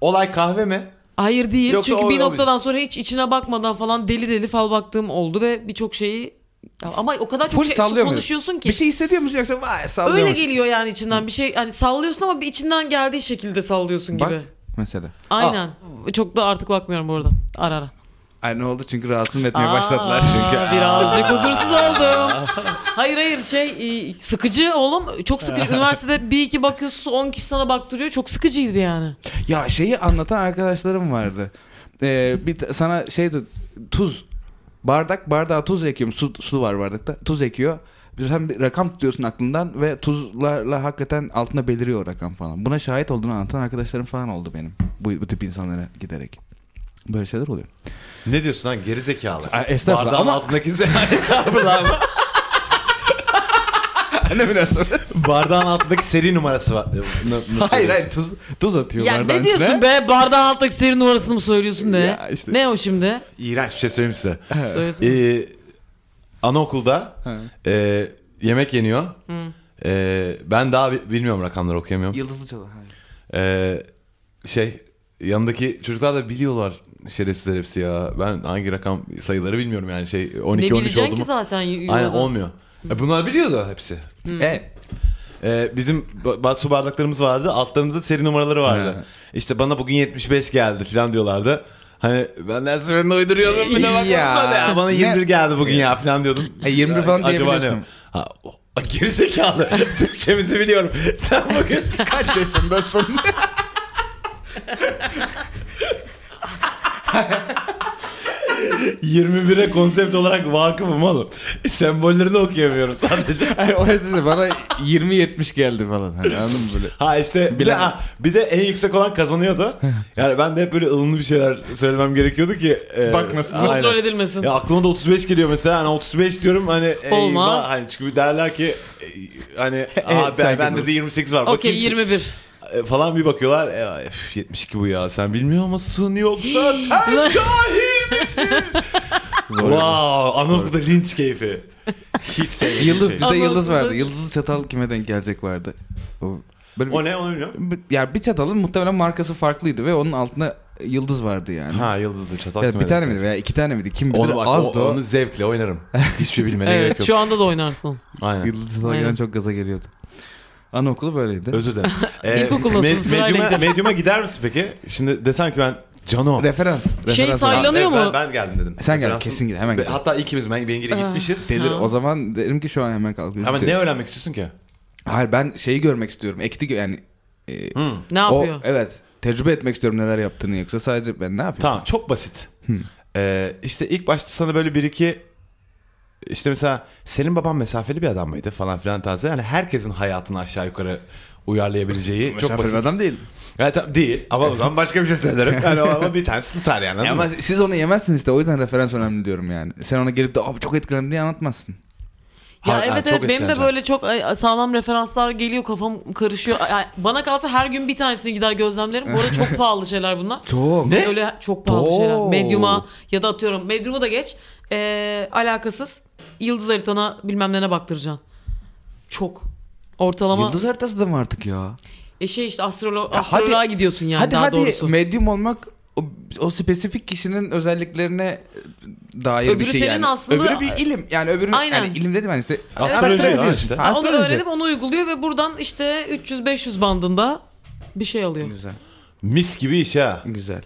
[SPEAKER 2] Olay kahve mi?
[SPEAKER 4] Hayır değil
[SPEAKER 2] Yoksa
[SPEAKER 4] çünkü
[SPEAKER 2] o-
[SPEAKER 4] bir
[SPEAKER 2] o-
[SPEAKER 4] noktadan sonra hiç içine bakmadan falan deli deli fal baktığım oldu ve birçok şeyi Ya ama o kadar çok
[SPEAKER 3] Full
[SPEAKER 4] şey
[SPEAKER 3] sallıyor muyuz?
[SPEAKER 4] konuşuyorsun ki.
[SPEAKER 3] Bir şey hissediyor musun yoksa vay sallıyor
[SPEAKER 4] Öyle
[SPEAKER 3] musun?
[SPEAKER 4] geliyor yani içinden bir şey hani sallıyorsun ama bir içinden geldiği şekilde sallıyorsun gibi.
[SPEAKER 3] Bak mesela.
[SPEAKER 4] Aynen. Çok da artık bakmıyorum bu arada. Ara ara.
[SPEAKER 3] Ay ne oldu çünkü rahatsız etmeye başladılar
[SPEAKER 4] Aa,
[SPEAKER 3] çünkü.
[SPEAKER 4] (laughs) Birazcık
[SPEAKER 2] (laughs)
[SPEAKER 4] huzursuz oldum. Hayır hayır şey e, sıkıcı oğlum çok sıkıcı. Üniversitede bir iki bakıyorsun 10 kişi sana baktırıyor çok sıkıcıydı yani.
[SPEAKER 3] (laughs) Ya şeyi anlatan arkadaşlarım vardı. Ee, bir t- sana şey de- tuz bardak bardağa tuz ekiyorum. Su, su var bardakta. Tuz ekiyor. Bir sen bir rakam tutuyorsun aklından ve tuzlarla hakikaten altına beliriyor o rakam falan. Buna şahit olduğunu anlatan arkadaşlarım falan oldu benim. Bu, bu tip insanlara giderek. Böyle şeyler oluyor. (laughs)
[SPEAKER 2] Ne diyorsun lan geri zekalı?
[SPEAKER 3] Ay, estağfurullah
[SPEAKER 2] Bardağın
[SPEAKER 3] ama-
[SPEAKER 2] altındaki se- (laughs) estağfurullah abi.
[SPEAKER 3] ne münasebet?
[SPEAKER 2] Bardağın altındaki seri numarası var. N- nasıl
[SPEAKER 3] hayır hayır
[SPEAKER 2] oluyorsun?
[SPEAKER 3] tuz, tuz atıyor
[SPEAKER 4] ya
[SPEAKER 3] bardağın
[SPEAKER 4] ne diyorsun
[SPEAKER 3] (laughs) içine.
[SPEAKER 4] be bardağın alttaki seri numarasını mı söylüyorsun de.
[SPEAKER 3] Ya işte.
[SPEAKER 4] Ne o şimdi?
[SPEAKER 2] İğrenç bir şey söyleyeyim size.
[SPEAKER 4] Söylesene.
[SPEAKER 2] Ee, anaokulda
[SPEAKER 3] Evet.
[SPEAKER 2] e, yemek yeniyor. E, ben daha bi- bilmiyorum rakamları okuyamıyorum.
[SPEAKER 3] Yıldızlı çalı. hayır.
[SPEAKER 2] E, şey yanındaki çocuklar da biliyorlar şerefsizler hepsi ya. Ben hangi rakam sayıları bilmiyorum yani şey 12 13
[SPEAKER 4] ne
[SPEAKER 2] oldu
[SPEAKER 4] bileceksin ki
[SPEAKER 2] mu?
[SPEAKER 4] zaten y-
[SPEAKER 2] Aynen
[SPEAKER 4] yolda.
[SPEAKER 2] olmuyor. E, bunlar biliyordu hepsi.
[SPEAKER 4] Hmm.
[SPEAKER 3] E,
[SPEAKER 2] Ee, bizim ba- su bardaklarımız vardı. Altlarında da seri numaraları vardı.
[SPEAKER 3] He.
[SPEAKER 2] İşte bana bugün 75 geldi falan diyorlardı. Hani ben her seferinde uyduruyorum bir de
[SPEAKER 3] Ya.
[SPEAKER 2] bakmasın da ya. Bana
[SPEAKER 3] Ne-
[SPEAKER 2] 21 geldi bugün ya falan diyordum.
[SPEAKER 3] E, 21 falan diyebiliyorsun.
[SPEAKER 2] ne? Ha, o- geri zekalı. (laughs) Türkçemizi biliyorum. Sen bugün
[SPEAKER 3] kaç yaşındasın?
[SPEAKER 4] (laughs)
[SPEAKER 2] Sen 21'e konsept olarak vakıfım oğlum. (laughs) Sembollerini okuyamıyorum sadece. (laughs)
[SPEAKER 3] Hayır, o yüzden bana 20-70 geldi falan. Hani, anladın mı böyle?
[SPEAKER 2] Ha işte bir de,
[SPEAKER 3] Bilen-
[SPEAKER 2] ha, bir de en yüksek olan kazanıyordu. Yani ben de hep böyle ılımlı bir şeyler söylemem gerekiyordu ki. e,
[SPEAKER 3] Bakmasınlar.
[SPEAKER 2] aynen.
[SPEAKER 4] Kontrol edilmesin.
[SPEAKER 2] Ya aklıma da 35 geliyor mesela. Hani 35 diyorum hani eyvah.
[SPEAKER 4] Olmaz.
[SPEAKER 2] Hani çünkü derler ki ey, hani aa, ben,
[SPEAKER 3] saygı
[SPEAKER 2] bende
[SPEAKER 3] durum.
[SPEAKER 2] de 28 var.
[SPEAKER 4] Okey
[SPEAKER 2] bakayım.
[SPEAKER 4] 21.
[SPEAKER 2] E, Falan bir bakıyorlar. E, üf, 72 bu ya. Sen bilmiyor musun yoksa sen cahil (laughs) misin? wow. Anaokulda linç keyfi. Hiç sevmediğim
[SPEAKER 3] Yıldız
[SPEAKER 2] şey.
[SPEAKER 3] bir de yıldız
[SPEAKER 4] Anlatıldı.
[SPEAKER 3] vardı. Yıldızlı çatal kime denk gelecek vardı. O, böyle bir-
[SPEAKER 2] O ne onu bilmiyorum.
[SPEAKER 3] Yani bir çatalın muhtemelen markası farklıydı ve onun altında yıldız vardı yani.
[SPEAKER 2] Ha yıldızlı çatal
[SPEAKER 3] Ya bir
[SPEAKER 2] kümeden.
[SPEAKER 3] tane miydi veya iki tane miydi? Kim bilir
[SPEAKER 2] Onu bak
[SPEAKER 3] azdı
[SPEAKER 2] o-
[SPEAKER 3] o.
[SPEAKER 2] onu zevkle
[SPEAKER 3] (laughs)
[SPEAKER 2] oynarım. Hiçbir şey bilmene gerek
[SPEAKER 4] Evet
[SPEAKER 2] yok.
[SPEAKER 4] şu anda da oynarsın.
[SPEAKER 2] Aynen.
[SPEAKER 3] Yıldız çatal gelen
[SPEAKER 4] Aynen.
[SPEAKER 3] çok gaza geliyordu. Anaokulu böyleydi.
[SPEAKER 2] Özür
[SPEAKER 3] (laughs)
[SPEAKER 2] dilerim. Ee,
[SPEAKER 4] İlkokul nasıl? Sırayla
[SPEAKER 2] medyuma,
[SPEAKER 4] gidelim.
[SPEAKER 2] medyuma gider misin peki? Şimdi desem ki ben Cano.
[SPEAKER 3] Referans.
[SPEAKER 4] Şey
[SPEAKER 3] referans
[SPEAKER 4] sayla-
[SPEAKER 3] olarak.
[SPEAKER 4] Planıyor
[SPEAKER 2] ben,
[SPEAKER 4] mu?
[SPEAKER 2] Ben, ben geldim dedim.
[SPEAKER 3] Sen gel,
[SPEAKER 2] Referansın-
[SPEAKER 3] kesin gel, hemen
[SPEAKER 2] Ve
[SPEAKER 3] gel. Ah.
[SPEAKER 2] Hatta ikimiz ben Bengir'e gitmişiz.
[SPEAKER 3] Delir.
[SPEAKER 4] Ha.
[SPEAKER 3] O zaman derim ki şu an hemen kalkıyoruz.
[SPEAKER 2] Ama ne
[SPEAKER 3] gidiyoruz.
[SPEAKER 2] öğrenmek istiyorsun ki?
[SPEAKER 3] Hayır ben şeyi görmek istiyorum. Ekti gö- yani. e,
[SPEAKER 2] Hmm.
[SPEAKER 4] Ne yapıyor?
[SPEAKER 3] O, evet. Tecrübe etmek istiyorum neler yaptığını yoksa sadece ben ne yapayım?
[SPEAKER 2] Tamam çok basit. Ee, işte ilk başta sana böyle bir iki işte mesela senin baban mesafeli bir adam mıydı falan filan tarzı. Yani herkesin hayatını aşağı yukarı uyarlayabileceği çok
[SPEAKER 3] Çok
[SPEAKER 2] basit.
[SPEAKER 3] adam değil.
[SPEAKER 2] Yani tam- değil ama o zaman başka bir şey (laughs) söylerim. Yani o- ama bir tanesi tutar yani. anladın
[SPEAKER 3] Ya
[SPEAKER 2] mı?
[SPEAKER 3] ama siz onu yemezsiniz işte o yüzden referans önemli diyorum yani. Sen ona gelip de abi çok etkilendim diye anlatmazsın.
[SPEAKER 4] Ya
[SPEAKER 3] Ha- ha,
[SPEAKER 4] evet
[SPEAKER 3] çok
[SPEAKER 4] evet benim de
[SPEAKER 3] etkileneceğim.
[SPEAKER 4] böyle çok ay, sağlam referanslar geliyor kafam karışıyor. Ay, ay, bana kalsa her gün bir tanesine gider gözlemlerim. Bu
[SPEAKER 3] (laughs)
[SPEAKER 4] arada çok pahalı şeyler bunlar.
[SPEAKER 3] Çok.
[SPEAKER 2] Ne?
[SPEAKER 4] Öyle çok pahalı
[SPEAKER 3] Oo.
[SPEAKER 4] şeyler. Medyuma ya da atıyorum medyumu da geç. Ee, alakasız yıldız haritana bilmem nene baktıracaksın. Çok. Ortalama
[SPEAKER 3] Yıldız haritası da mı artık ya?
[SPEAKER 4] e şey işte astrolo
[SPEAKER 3] Ya
[SPEAKER 4] astroloğa
[SPEAKER 3] hadi-
[SPEAKER 4] gidiyorsun yani
[SPEAKER 3] hadi
[SPEAKER 4] daha
[SPEAKER 3] hadi
[SPEAKER 4] doğrusu.
[SPEAKER 3] medyum olmak o, o spesifik kişinin özelliklerine dair
[SPEAKER 4] Öbürü
[SPEAKER 3] bir şey
[SPEAKER 4] senin
[SPEAKER 3] yani.
[SPEAKER 4] aslında-
[SPEAKER 3] Öbürü bir ilim. Yani öbürünün
[SPEAKER 4] Aynen.
[SPEAKER 3] yani ilim dedim yani işte.
[SPEAKER 2] Astroloji,
[SPEAKER 3] araştırabiliyorsun
[SPEAKER 2] ha işte.
[SPEAKER 3] Ha,
[SPEAKER 4] onu
[SPEAKER 3] astroloji.
[SPEAKER 4] öğrenip onu uyguluyor ve buradan işte 300-500 bandında bir şey alıyor.
[SPEAKER 3] Güzel.
[SPEAKER 2] Mis gibi iş ha.
[SPEAKER 3] Güzel.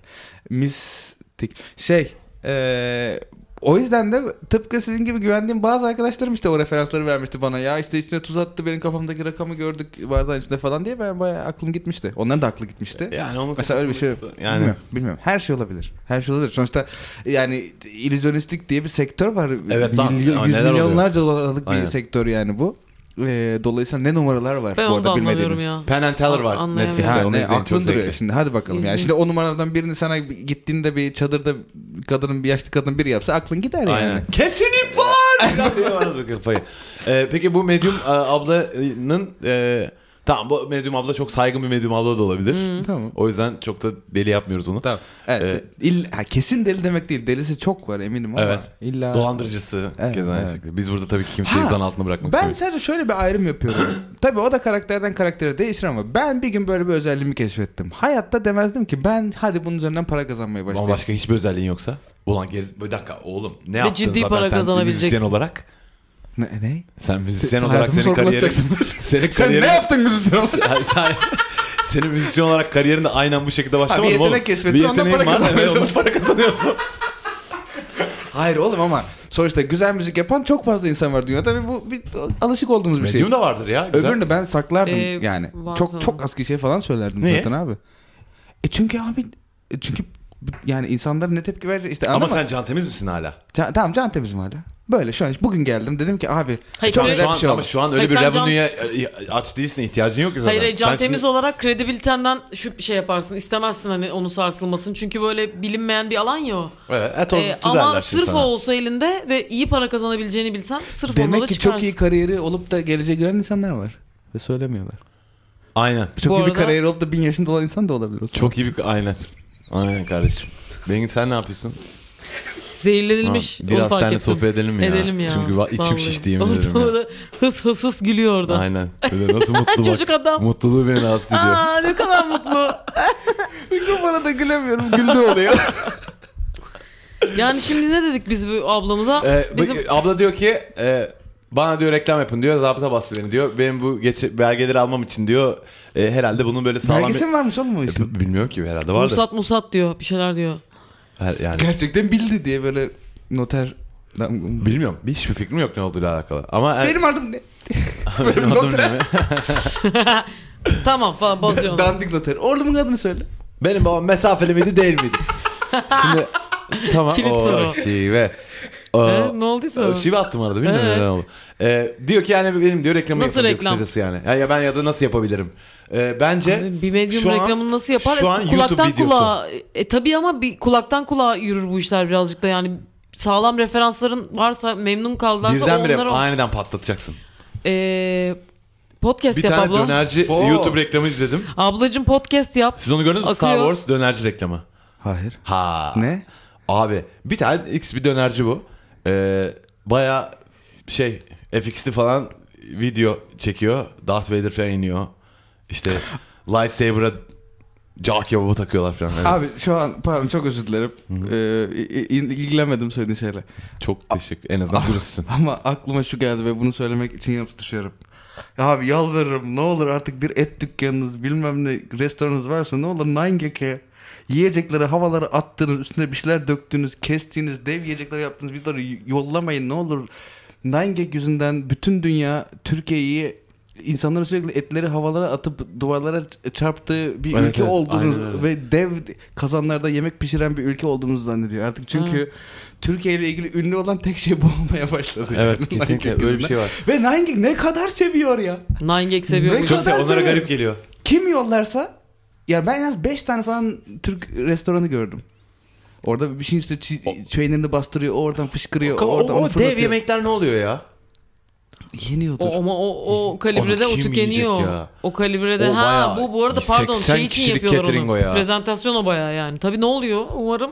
[SPEAKER 3] Mistik. Şey, eee, o yüzden de tıpkı sizin gibi güvendiğim bazı arkadaşlarım işte o referansları vermişti bana. Ya işte içine tuz attı benim kafamdaki rakamı gördük bardağın içinde falan diye ben bayağı aklım gitmişti. Onların da aklı gitmişti.
[SPEAKER 2] Yani onun
[SPEAKER 3] Mesela öyle bir şey
[SPEAKER 2] kafasında-
[SPEAKER 3] yani bilmiyorum, bilmiyorum. Her şey olabilir. Her şey olabilir. Sonuçta yani illüzyonistik diye bir sektör var.
[SPEAKER 2] Evet lan,
[SPEAKER 3] Milyon-
[SPEAKER 2] ya
[SPEAKER 3] yüz
[SPEAKER 2] neler
[SPEAKER 3] milyonlarca dolarlık bir
[SPEAKER 2] Aynen.
[SPEAKER 3] sektör yani bu. Eee, dolayısıyla ne numaralar var
[SPEAKER 4] Ben
[SPEAKER 3] bu
[SPEAKER 4] onu da
[SPEAKER 3] arada
[SPEAKER 4] anlamıyorum
[SPEAKER 3] bilmediğiniz.
[SPEAKER 4] ya.
[SPEAKER 2] Penn and Teller var
[SPEAKER 4] Anlayamadım.
[SPEAKER 2] Netflix'te.
[SPEAKER 3] Ha,
[SPEAKER 2] onu
[SPEAKER 3] ne,
[SPEAKER 2] izleyin, çok
[SPEAKER 3] aklın
[SPEAKER 2] zevkli.
[SPEAKER 3] duruyor şimdi hadi bakalım
[SPEAKER 4] İzleyin.
[SPEAKER 3] yani. Şimdi o numaralardan birini sana gittiğinde bir çadırda kadının bir yaşlı kadın biri yapsa aklın gider yani.
[SPEAKER 2] Aynen. Kesin ip var. Biraz diye vardı kafayı. Ee, peki bu medyum e, ablanın e, tamam bu medyum abla çok saygın bir medyum abla da olabilir.
[SPEAKER 3] Tamam.
[SPEAKER 2] O yüzden çok da deli yapmıyoruz onu.
[SPEAKER 3] Tamam. Evet. İll- ha, kesin deli demek değil. Delisi çok var eminim ama
[SPEAKER 2] Ee, Evet.
[SPEAKER 3] illa
[SPEAKER 2] Dolandırıcısı
[SPEAKER 3] Evet,
[SPEAKER 2] keza aynı
[SPEAKER 3] evet.
[SPEAKER 2] şekilde. Biz burada tabii ki kimseyi
[SPEAKER 3] Ha,
[SPEAKER 2] zan altına bırakmak
[SPEAKER 3] Ben
[SPEAKER 2] istemiyoruz.
[SPEAKER 3] sadece şöyle bir ayrım yapıyorum.
[SPEAKER 2] (laughs)
[SPEAKER 3] Tabii o da karakterden karaktere değişir ama ben bir gün böyle bir özelliğimi keşfettim. Hayatta demezdim ki ben hadi bunun üzerinden para kazanmaya başlayayım.
[SPEAKER 2] Ama başka hiçbir özelliğin yoksa? Ulan geri bir dakika oğlum ne
[SPEAKER 4] Ve
[SPEAKER 2] yaptın
[SPEAKER 4] ciddi
[SPEAKER 2] zaten
[SPEAKER 4] para
[SPEAKER 2] sen
[SPEAKER 4] kazanabileceksin.
[SPEAKER 2] müzisyen olarak?
[SPEAKER 3] Ne? ne?
[SPEAKER 2] Sen müzisyen
[SPEAKER 3] Sen
[SPEAKER 2] olarak
[SPEAKER 3] hayatımı
[SPEAKER 2] senin kariyerin... (laughs)
[SPEAKER 3] sorgulatacaksın.
[SPEAKER 2] senin
[SPEAKER 3] Sen
[SPEAKER 2] kariyerin...
[SPEAKER 3] ne yaptın müzisyen?
[SPEAKER 2] Sen- sen- senin müzisyen olarak kariyerin de aynen bu şekilde başlamadı mı
[SPEAKER 3] yetenek
[SPEAKER 2] oğlum?
[SPEAKER 3] keşfettin, ondan
[SPEAKER 2] yeteneğin
[SPEAKER 3] para
[SPEAKER 2] var, evet,
[SPEAKER 3] kazanacaksın.
[SPEAKER 2] ondan para kazanıyorsun.
[SPEAKER 3] Hayır oğlum ama sonuçta güzel müzik yapan çok fazla insan var dünyada ve bu bir, alışık olduğumuz bir şey.
[SPEAKER 2] Medyum da vardır ya. Güzel.
[SPEAKER 3] Öbürünü ben saklardım
[SPEAKER 4] Ee,
[SPEAKER 3] yani.
[SPEAKER 4] var
[SPEAKER 3] Çok
[SPEAKER 4] sanırım.
[SPEAKER 3] çok az kişiye falan söylerdim
[SPEAKER 2] Niye?
[SPEAKER 3] zaten abi. E çünkü abi e çünkü yani insanlar ne tepki verecek işte
[SPEAKER 2] Ama
[SPEAKER 3] anladın mı?
[SPEAKER 2] sen can temiz misin hala?
[SPEAKER 3] Can- tamam can temizim hala. Böyle şu an bugün geldim dedim ki abi
[SPEAKER 4] Hayır,
[SPEAKER 3] çok
[SPEAKER 2] Ama
[SPEAKER 4] Öyle
[SPEAKER 2] şu
[SPEAKER 3] güzel bir
[SPEAKER 2] an,
[SPEAKER 3] şey
[SPEAKER 2] ama
[SPEAKER 3] oldu.
[SPEAKER 2] şu an öyle
[SPEAKER 4] Hayır,
[SPEAKER 2] bir
[SPEAKER 4] sen can-
[SPEAKER 2] revenue'ya e, aç değilsin ihtiyacın yok ya zaten.
[SPEAKER 4] Hayır hayır, can
[SPEAKER 2] Sen
[SPEAKER 4] temiz
[SPEAKER 2] şimdi-
[SPEAKER 4] olarak kredibilitenden şu şey yaparsın istemezsin hani onu sarsılmasın çünkü böyle bilinmeyen bir alan ya o.
[SPEAKER 2] Evet, et olsun
[SPEAKER 4] Ee,
[SPEAKER 2] derler
[SPEAKER 4] ama
[SPEAKER 2] şimdi
[SPEAKER 4] sırf
[SPEAKER 2] sana.
[SPEAKER 4] o olsa elinde ve iyi para kazanabileceğini bilsen sırf onunla da
[SPEAKER 3] Demek ki
[SPEAKER 4] çıkarsın.
[SPEAKER 3] çok iyi kariyeri olup da geleceğe giren insanlar var ve söylemiyorlar.
[SPEAKER 2] Aynen.
[SPEAKER 3] Çok
[SPEAKER 4] Bu
[SPEAKER 3] iyi bir
[SPEAKER 4] arada-
[SPEAKER 3] kariyeri olup da bin yaşında olan insan da olabilir o zaman.
[SPEAKER 2] Çok iyi bir... Aynen. Aynen kardeşim. Bengin sen ne yapıyorsun?
[SPEAKER 4] Zehirlenilmiş.
[SPEAKER 2] Ha,
[SPEAKER 4] onu
[SPEAKER 2] biraz
[SPEAKER 4] fark
[SPEAKER 2] seninle
[SPEAKER 4] ettim.
[SPEAKER 2] sohbet edelim ya.
[SPEAKER 4] Edelim ya.
[SPEAKER 2] Çünkü va- içim
[SPEAKER 4] Vallahi.
[SPEAKER 2] şişti, yemin ederim ya.
[SPEAKER 4] Orada hıs hıs hıs gülüyor orada.
[SPEAKER 2] Aynen. Böyle
[SPEAKER 4] (laughs)
[SPEAKER 2] nasıl mutlu bak.
[SPEAKER 4] Çocuk adam.
[SPEAKER 2] Mutluluğu beni rahatsız ediyor.
[SPEAKER 4] Aa ne kadar mutlu.
[SPEAKER 3] Mikrofona da gülemiyorum. Güldü oluyor.
[SPEAKER 4] Yani şimdi ne dedik biz bu ablamıza?
[SPEAKER 2] Ee, bu-
[SPEAKER 4] Bizim
[SPEAKER 2] Abla diyor ki e, bana diyor reklam yapın diyor. Zabıta bastı beni diyor. Benim bu geç belgeleri almam için diyor. e, herhalde bunun böyle sağlam...
[SPEAKER 3] (laughs) Belgesi mi varmış oğlum o
[SPEAKER 2] E,
[SPEAKER 3] işin?
[SPEAKER 2] b- Bilmiyorum ki herhalde vardı.
[SPEAKER 4] Musat Musat diyor bir şeyler diyor.
[SPEAKER 2] Yani
[SPEAKER 3] Gerçekten bildi diye böyle noter
[SPEAKER 2] bilmiyorum. Hiçbir fikrim yok ne olduğuyla alakalı. Ama e,
[SPEAKER 3] Benim adım ne?
[SPEAKER 2] (laughs) benim adım ne mi?
[SPEAKER 4] Tamam falan bozuyor onu.
[SPEAKER 3] Dandik noter. Oğlumun adını söyle.
[SPEAKER 2] Benim babam mesafeli miydi değil miydi?
[SPEAKER 4] (laughs)
[SPEAKER 2] Şimdi tamam.
[SPEAKER 4] Kilit
[SPEAKER 2] o
[SPEAKER 4] soru.
[SPEAKER 2] şive.
[SPEAKER 4] Ee, ne olduysa o.
[SPEAKER 2] Şive attım arada bilmiyorum
[SPEAKER 4] Evet.
[SPEAKER 2] neden oldu. Ee, diyor ki yani benim diyor reklamı
[SPEAKER 4] Nasıl
[SPEAKER 2] yapın diyor
[SPEAKER 4] reklam?
[SPEAKER 2] kısacası yani. Ya, ya ben ya da nasıl yapabilirim? Ee, bence
[SPEAKER 4] Abi bir medyum
[SPEAKER 2] şu an-
[SPEAKER 4] reklamını nasıl yapar?
[SPEAKER 2] şu an
[SPEAKER 4] E,
[SPEAKER 2] YouTube
[SPEAKER 4] kulaktan
[SPEAKER 2] videosu.
[SPEAKER 4] kulağa. E tabii ama bir kulaktan kulağa yürür bu işler birazcık da yani sağlam referansların varsa memnun kaldılarsa
[SPEAKER 2] birdenbire
[SPEAKER 4] onlara
[SPEAKER 2] aniden patlatacaksın.
[SPEAKER 4] E, podcast
[SPEAKER 2] Bir
[SPEAKER 4] yap
[SPEAKER 2] tane
[SPEAKER 4] abla.
[SPEAKER 2] dönerci
[SPEAKER 3] Oo.
[SPEAKER 2] YouTube reklamı izledim.
[SPEAKER 4] Ablacım podcast yap.
[SPEAKER 2] Siz onu gördünüz mü? Star
[SPEAKER 4] Akıyor.
[SPEAKER 2] Wars dönerci reklamı.
[SPEAKER 3] Hayır.
[SPEAKER 2] Ha.
[SPEAKER 3] Ne?
[SPEAKER 2] Abi bir tane X bir dönerci bu. Ee, Baya şey FX'li falan video çekiyor. Darth Vader falan iniyor. İşte lightsaber'a cağ kebabı takıyorlar falan. Evet.
[SPEAKER 3] Abi şu an pardon çok özür dilerim. Ee, i- i- ilgilenmedim söylediğin şeyle.
[SPEAKER 2] Çok teşekkür. En azından dürüstsün.
[SPEAKER 3] Ama aklıma şu geldi ve bunu söylemek için yanıp tutuşuyorum. Ya Abi yalvarırım ne olur artık bir et dükkanınız bilmem ne restoranınız varsa ne olur Ninegag'e yiyecekleri havalara attığınız üstüne bir şeyler döktüğünüz kestiğiniz dev yiyecekler yaptığınız videoları y- yollamayın ne olur. Ninegag yüzünden bütün dünya Türkiye'yi insanların sürekli etleri havalara atıp duvarlara ç- çarptığı bir
[SPEAKER 2] Evet,
[SPEAKER 3] ülke
[SPEAKER 2] evet,
[SPEAKER 3] olduğunuz
[SPEAKER 2] aynen öyle.
[SPEAKER 3] ve dev kazanlarda yemek pişiren bir ülke olduğumuzu zannediyor artık çünkü Türkiye ile ilgili ünlü olan tek şey bu olmaya başladı.
[SPEAKER 2] Evet,
[SPEAKER 3] Yani (laughs)
[SPEAKER 2] kesinlikle
[SPEAKER 3] Nike
[SPEAKER 2] öyle bir
[SPEAKER 3] yüzünden.
[SPEAKER 2] şey var.
[SPEAKER 3] Ve Nike ne kadar seviyor ya.
[SPEAKER 4] Nine Gag seviyor
[SPEAKER 3] Ne
[SPEAKER 4] bu işi.
[SPEAKER 2] Çok
[SPEAKER 3] kadar
[SPEAKER 2] şey, onlara
[SPEAKER 3] seviyorum.
[SPEAKER 2] garip geliyor.
[SPEAKER 3] Kim yollarsa ya ben en az 5 tane falan Türk restoranı gördüm. Orada bir şey işte çi- peynirini bastırıyor, o oradan fışkırıyor,
[SPEAKER 2] O,
[SPEAKER 3] o oradan
[SPEAKER 2] o
[SPEAKER 3] onu
[SPEAKER 2] dev
[SPEAKER 3] fırlatıyor.
[SPEAKER 2] yemekler ne oluyor ya?
[SPEAKER 3] Yeniyordur.
[SPEAKER 4] O, ama o, o kalibrede
[SPEAKER 2] Onu
[SPEAKER 4] o
[SPEAKER 2] kim
[SPEAKER 4] tükeniyor.
[SPEAKER 2] yiyecek ya?
[SPEAKER 4] O kalibrede
[SPEAKER 2] O
[SPEAKER 4] ha
[SPEAKER 2] bayağı
[SPEAKER 4] bu bu arada pardon
[SPEAKER 2] 80
[SPEAKER 4] şey için
[SPEAKER 2] kişilik
[SPEAKER 4] yapıyorlar
[SPEAKER 2] catering
[SPEAKER 4] onu.
[SPEAKER 2] o ya.
[SPEAKER 4] Prezentasyon o bayağı yani. Tabii ne oluyor? Umarım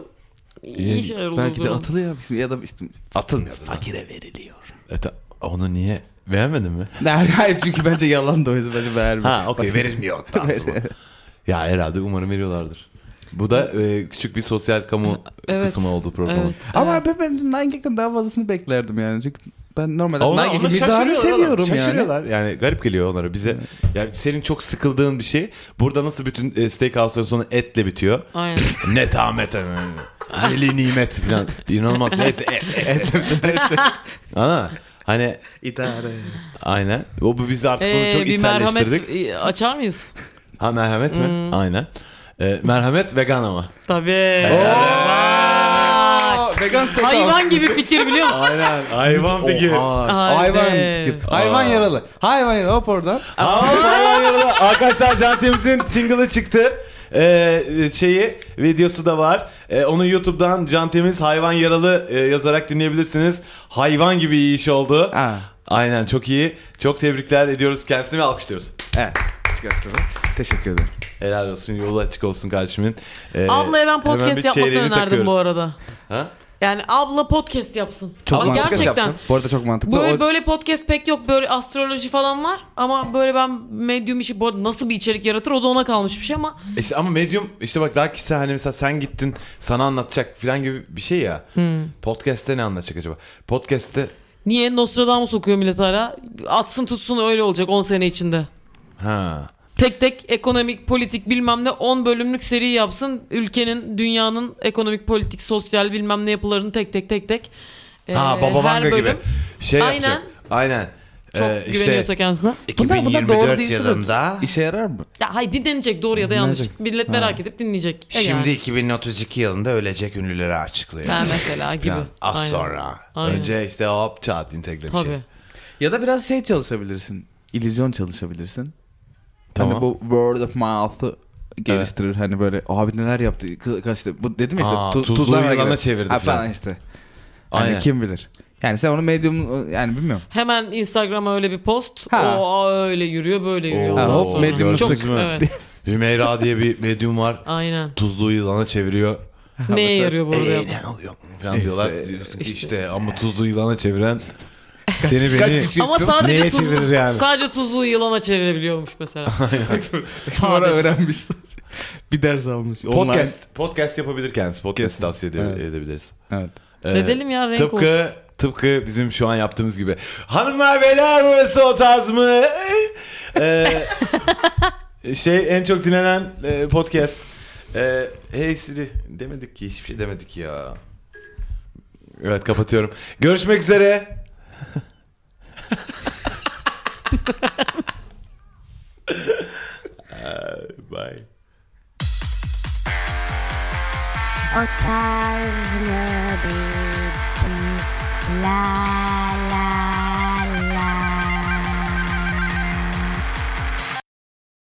[SPEAKER 4] iyi şeyler olur.
[SPEAKER 3] Belki de atılıyor ya da işte
[SPEAKER 2] Atılmıyor.
[SPEAKER 3] fakire veriliyor.
[SPEAKER 2] E ta- onu niye? Beğenmedin mi?
[SPEAKER 3] (laughs) Hayır, hayır çünkü bence yalan da o yüzden bence vermiyor.
[SPEAKER 2] Ha okey (laughs) verilmiyor Tansu. ya herhalde umarım veriyorlardır. Bu da e, küçük bir sosyal kamu
[SPEAKER 4] Evet.
[SPEAKER 2] kısmı oldu programın.
[SPEAKER 4] Evet.
[SPEAKER 3] Ama ben, ben Nine Gag'den daha fazlasını beklerdim yani. Çünkü ben normalde
[SPEAKER 2] Ona-
[SPEAKER 3] Nine
[SPEAKER 2] ona
[SPEAKER 3] Gag'in mizahını
[SPEAKER 2] şaşırıyorlar adam.
[SPEAKER 3] seviyorum yani.
[SPEAKER 2] Şaşırıyorlar. Yani garip geliyor onlara bize. Yani senin çok sıkıldığın bir şey. Burada nasıl bütün e, steakhouse'ların sonu etle bitiyor.
[SPEAKER 4] Aynen.
[SPEAKER 2] ne tamet Neli nimet falan. İnanılmaz. Hepsi et, et, et, et, her şey. (laughs) Ana hani
[SPEAKER 3] İdare.
[SPEAKER 2] aynen. O bu biz artık bunu
[SPEAKER 4] Ee,
[SPEAKER 2] çok
[SPEAKER 4] bir merhamet Hmm.
[SPEAKER 2] içselleştirdik.
[SPEAKER 4] e, açar mıyız?
[SPEAKER 2] Ha merhamet mi? Aynen. Ee, merhamet vegan ama.
[SPEAKER 4] Tabii.
[SPEAKER 3] Vegan steak
[SPEAKER 4] (laughs) Hayvan gibi fikir biliyor musun?
[SPEAKER 2] Aynen. Hayvan figürü.
[SPEAKER 3] Hayvan.
[SPEAKER 4] Aynen.
[SPEAKER 3] fikir. Hayvan yaralı. Hayvan yaralı. Hop oradan.
[SPEAKER 2] (laughs) Arkadaşlar Can Temiz'in single'ı çıktı. Ee, şeyi videosu da var. Ee, onu YouTube'dan Can Temiz Hayvan Yaralı e, yazarak dinleyebilirsiniz. Hayvan gibi iyi iş oldu.
[SPEAKER 3] Ha.
[SPEAKER 2] Aynen çok iyi. Çok tebrikler ediyoruz kendisini ve alkışlıyoruz.
[SPEAKER 3] Evet. Çıkarttım. Teşekkür ederim.
[SPEAKER 2] Helal olsun yolu açık olsun kardeşimin. Ee,
[SPEAKER 4] Ablaya ben
[SPEAKER 2] hemen bir
[SPEAKER 4] podcast yapmasını
[SPEAKER 2] çeyreğini
[SPEAKER 4] önerdim
[SPEAKER 2] takıyoruz.
[SPEAKER 4] bu arada.
[SPEAKER 2] Ha?
[SPEAKER 4] Yani abla podcast yapsın. Ama
[SPEAKER 3] mantıklı.
[SPEAKER 4] gerçekten.
[SPEAKER 3] Bu arada çok mantıklı.
[SPEAKER 4] Böyle,
[SPEAKER 3] O-
[SPEAKER 4] böyle podcast pek yok. Böyle astroloji falan var. Ama böyle ben medyum işi bu arada nasıl bir içerik yaratır o da ona kalmış bir şey ama
[SPEAKER 2] İşte ama medium işte bak daha kişisel hani mesela sen gittin sana anlatacak falan gibi bir şey ya.
[SPEAKER 4] Hmm.
[SPEAKER 2] Podcast'te ne anlatacak acaba? Podcast'te
[SPEAKER 4] niye Nostradamus okuyor millet hala? Atsın tutsun öyle olacak 10 sene içinde.
[SPEAKER 2] ha.
[SPEAKER 4] Tek tek ekonomik, politik bilmem ne 10 bölümlük seri yapsın. Ülkenin, dünyanın ekonomik, politik, sosyal bilmem ne yapılarını tek tek tek tek.
[SPEAKER 2] Ha
[SPEAKER 4] Ee,
[SPEAKER 2] Baba
[SPEAKER 4] her
[SPEAKER 2] Vanga gibi.
[SPEAKER 4] bölüm
[SPEAKER 2] Şey
[SPEAKER 4] Aynen.
[SPEAKER 2] yapacak. Aynen.
[SPEAKER 4] Çok
[SPEAKER 2] Ee, işte
[SPEAKER 4] güveniyorsa kendisine.
[SPEAKER 3] Bunlar, bunlar doğru
[SPEAKER 2] 2024
[SPEAKER 3] değilse de
[SPEAKER 2] yılında-
[SPEAKER 3] işe yarar mı?
[SPEAKER 4] Ya hayır dinlenecek doğru ya da yanlış.
[SPEAKER 3] Dinlenecek.
[SPEAKER 4] Millet merak edip dinleyecek. E
[SPEAKER 2] Şimdi
[SPEAKER 4] yani.
[SPEAKER 2] 2032 yılında ölecek ünlüleri açıklıyor.
[SPEAKER 4] Ha, mesela gibi.
[SPEAKER 2] Falan. Az
[SPEAKER 4] Aynen.
[SPEAKER 2] sonra.
[SPEAKER 4] Aynen.
[SPEAKER 2] Önce işte hop çat entegre bir
[SPEAKER 4] Tabii.
[SPEAKER 2] şey.
[SPEAKER 3] Ya da biraz şey çalışabilirsin. İllüzyon çalışabilirsin.
[SPEAKER 2] Tamam.
[SPEAKER 3] Hani bu word of mouth'ı geliştirir. Hani böyle abi neler yaptı. Kız, kız işte, bu dedim ya işte
[SPEAKER 2] Aa,
[SPEAKER 3] tu-
[SPEAKER 2] tuzlu
[SPEAKER 3] tuzlar
[SPEAKER 2] yılana
[SPEAKER 3] girer.
[SPEAKER 2] çevirdi
[SPEAKER 3] Ha,
[SPEAKER 2] falan.
[SPEAKER 3] falan işte.
[SPEAKER 2] Aynen.
[SPEAKER 3] Hani kim bilir. Yani sen onu medium yani bilmiyorum.
[SPEAKER 4] Hemen Instagram'a öyle bir post.
[SPEAKER 3] Ha.
[SPEAKER 4] O öyle yürüyor böyle yürüyor.
[SPEAKER 2] Oo.
[SPEAKER 4] Ondan
[SPEAKER 3] Ha, hop,
[SPEAKER 4] sonra-
[SPEAKER 3] medyumuz
[SPEAKER 4] Çok,
[SPEAKER 3] tık.
[SPEAKER 4] evet.
[SPEAKER 2] Hümeyra diye bir medyum var. (laughs)
[SPEAKER 4] Aynen.
[SPEAKER 2] Tuzlu yılana çeviriyor.
[SPEAKER 4] Neye
[SPEAKER 3] mesela-
[SPEAKER 4] yarıyor bu arada?
[SPEAKER 2] Ee,
[SPEAKER 4] yapmak?
[SPEAKER 2] ne alıyor falan diyorlar. Diyorsun ki işte, ama tuzlu yılana (laughs) çeviren seni beni
[SPEAKER 3] kaç kişi-
[SPEAKER 4] Ama
[SPEAKER 3] diyorsun,
[SPEAKER 4] sadece
[SPEAKER 2] neye
[SPEAKER 4] tuzlu,
[SPEAKER 2] çevirir yani?
[SPEAKER 4] sadece tuzlu yılana çevirebiliyormuş
[SPEAKER 2] (laughs)
[SPEAKER 4] mesela.
[SPEAKER 3] Sonra
[SPEAKER 4] sadece.
[SPEAKER 3] öğrenmiş. bir ders almış.
[SPEAKER 2] podcast podcast yapabilir kendisi. Podcast tavsiye ede-
[SPEAKER 3] Evet.
[SPEAKER 2] edebiliriz.
[SPEAKER 3] Online. Evet.
[SPEAKER 2] Ee,
[SPEAKER 4] Edelim ya, renk
[SPEAKER 2] tıpkı
[SPEAKER 4] olsun.
[SPEAKER 2] tıpkı bizim şu an yaptığımız gibi. Hanımlar beyler burası o tarz mı? Ee, şey en çok dinlenen e, podcast. Ee, hey Siri demedik ki hiçbir şey demedik ya. Evet kapatıyorum. Görüşmek üzere. Ee, Bye.
[SPEAKER 5] O tarz mı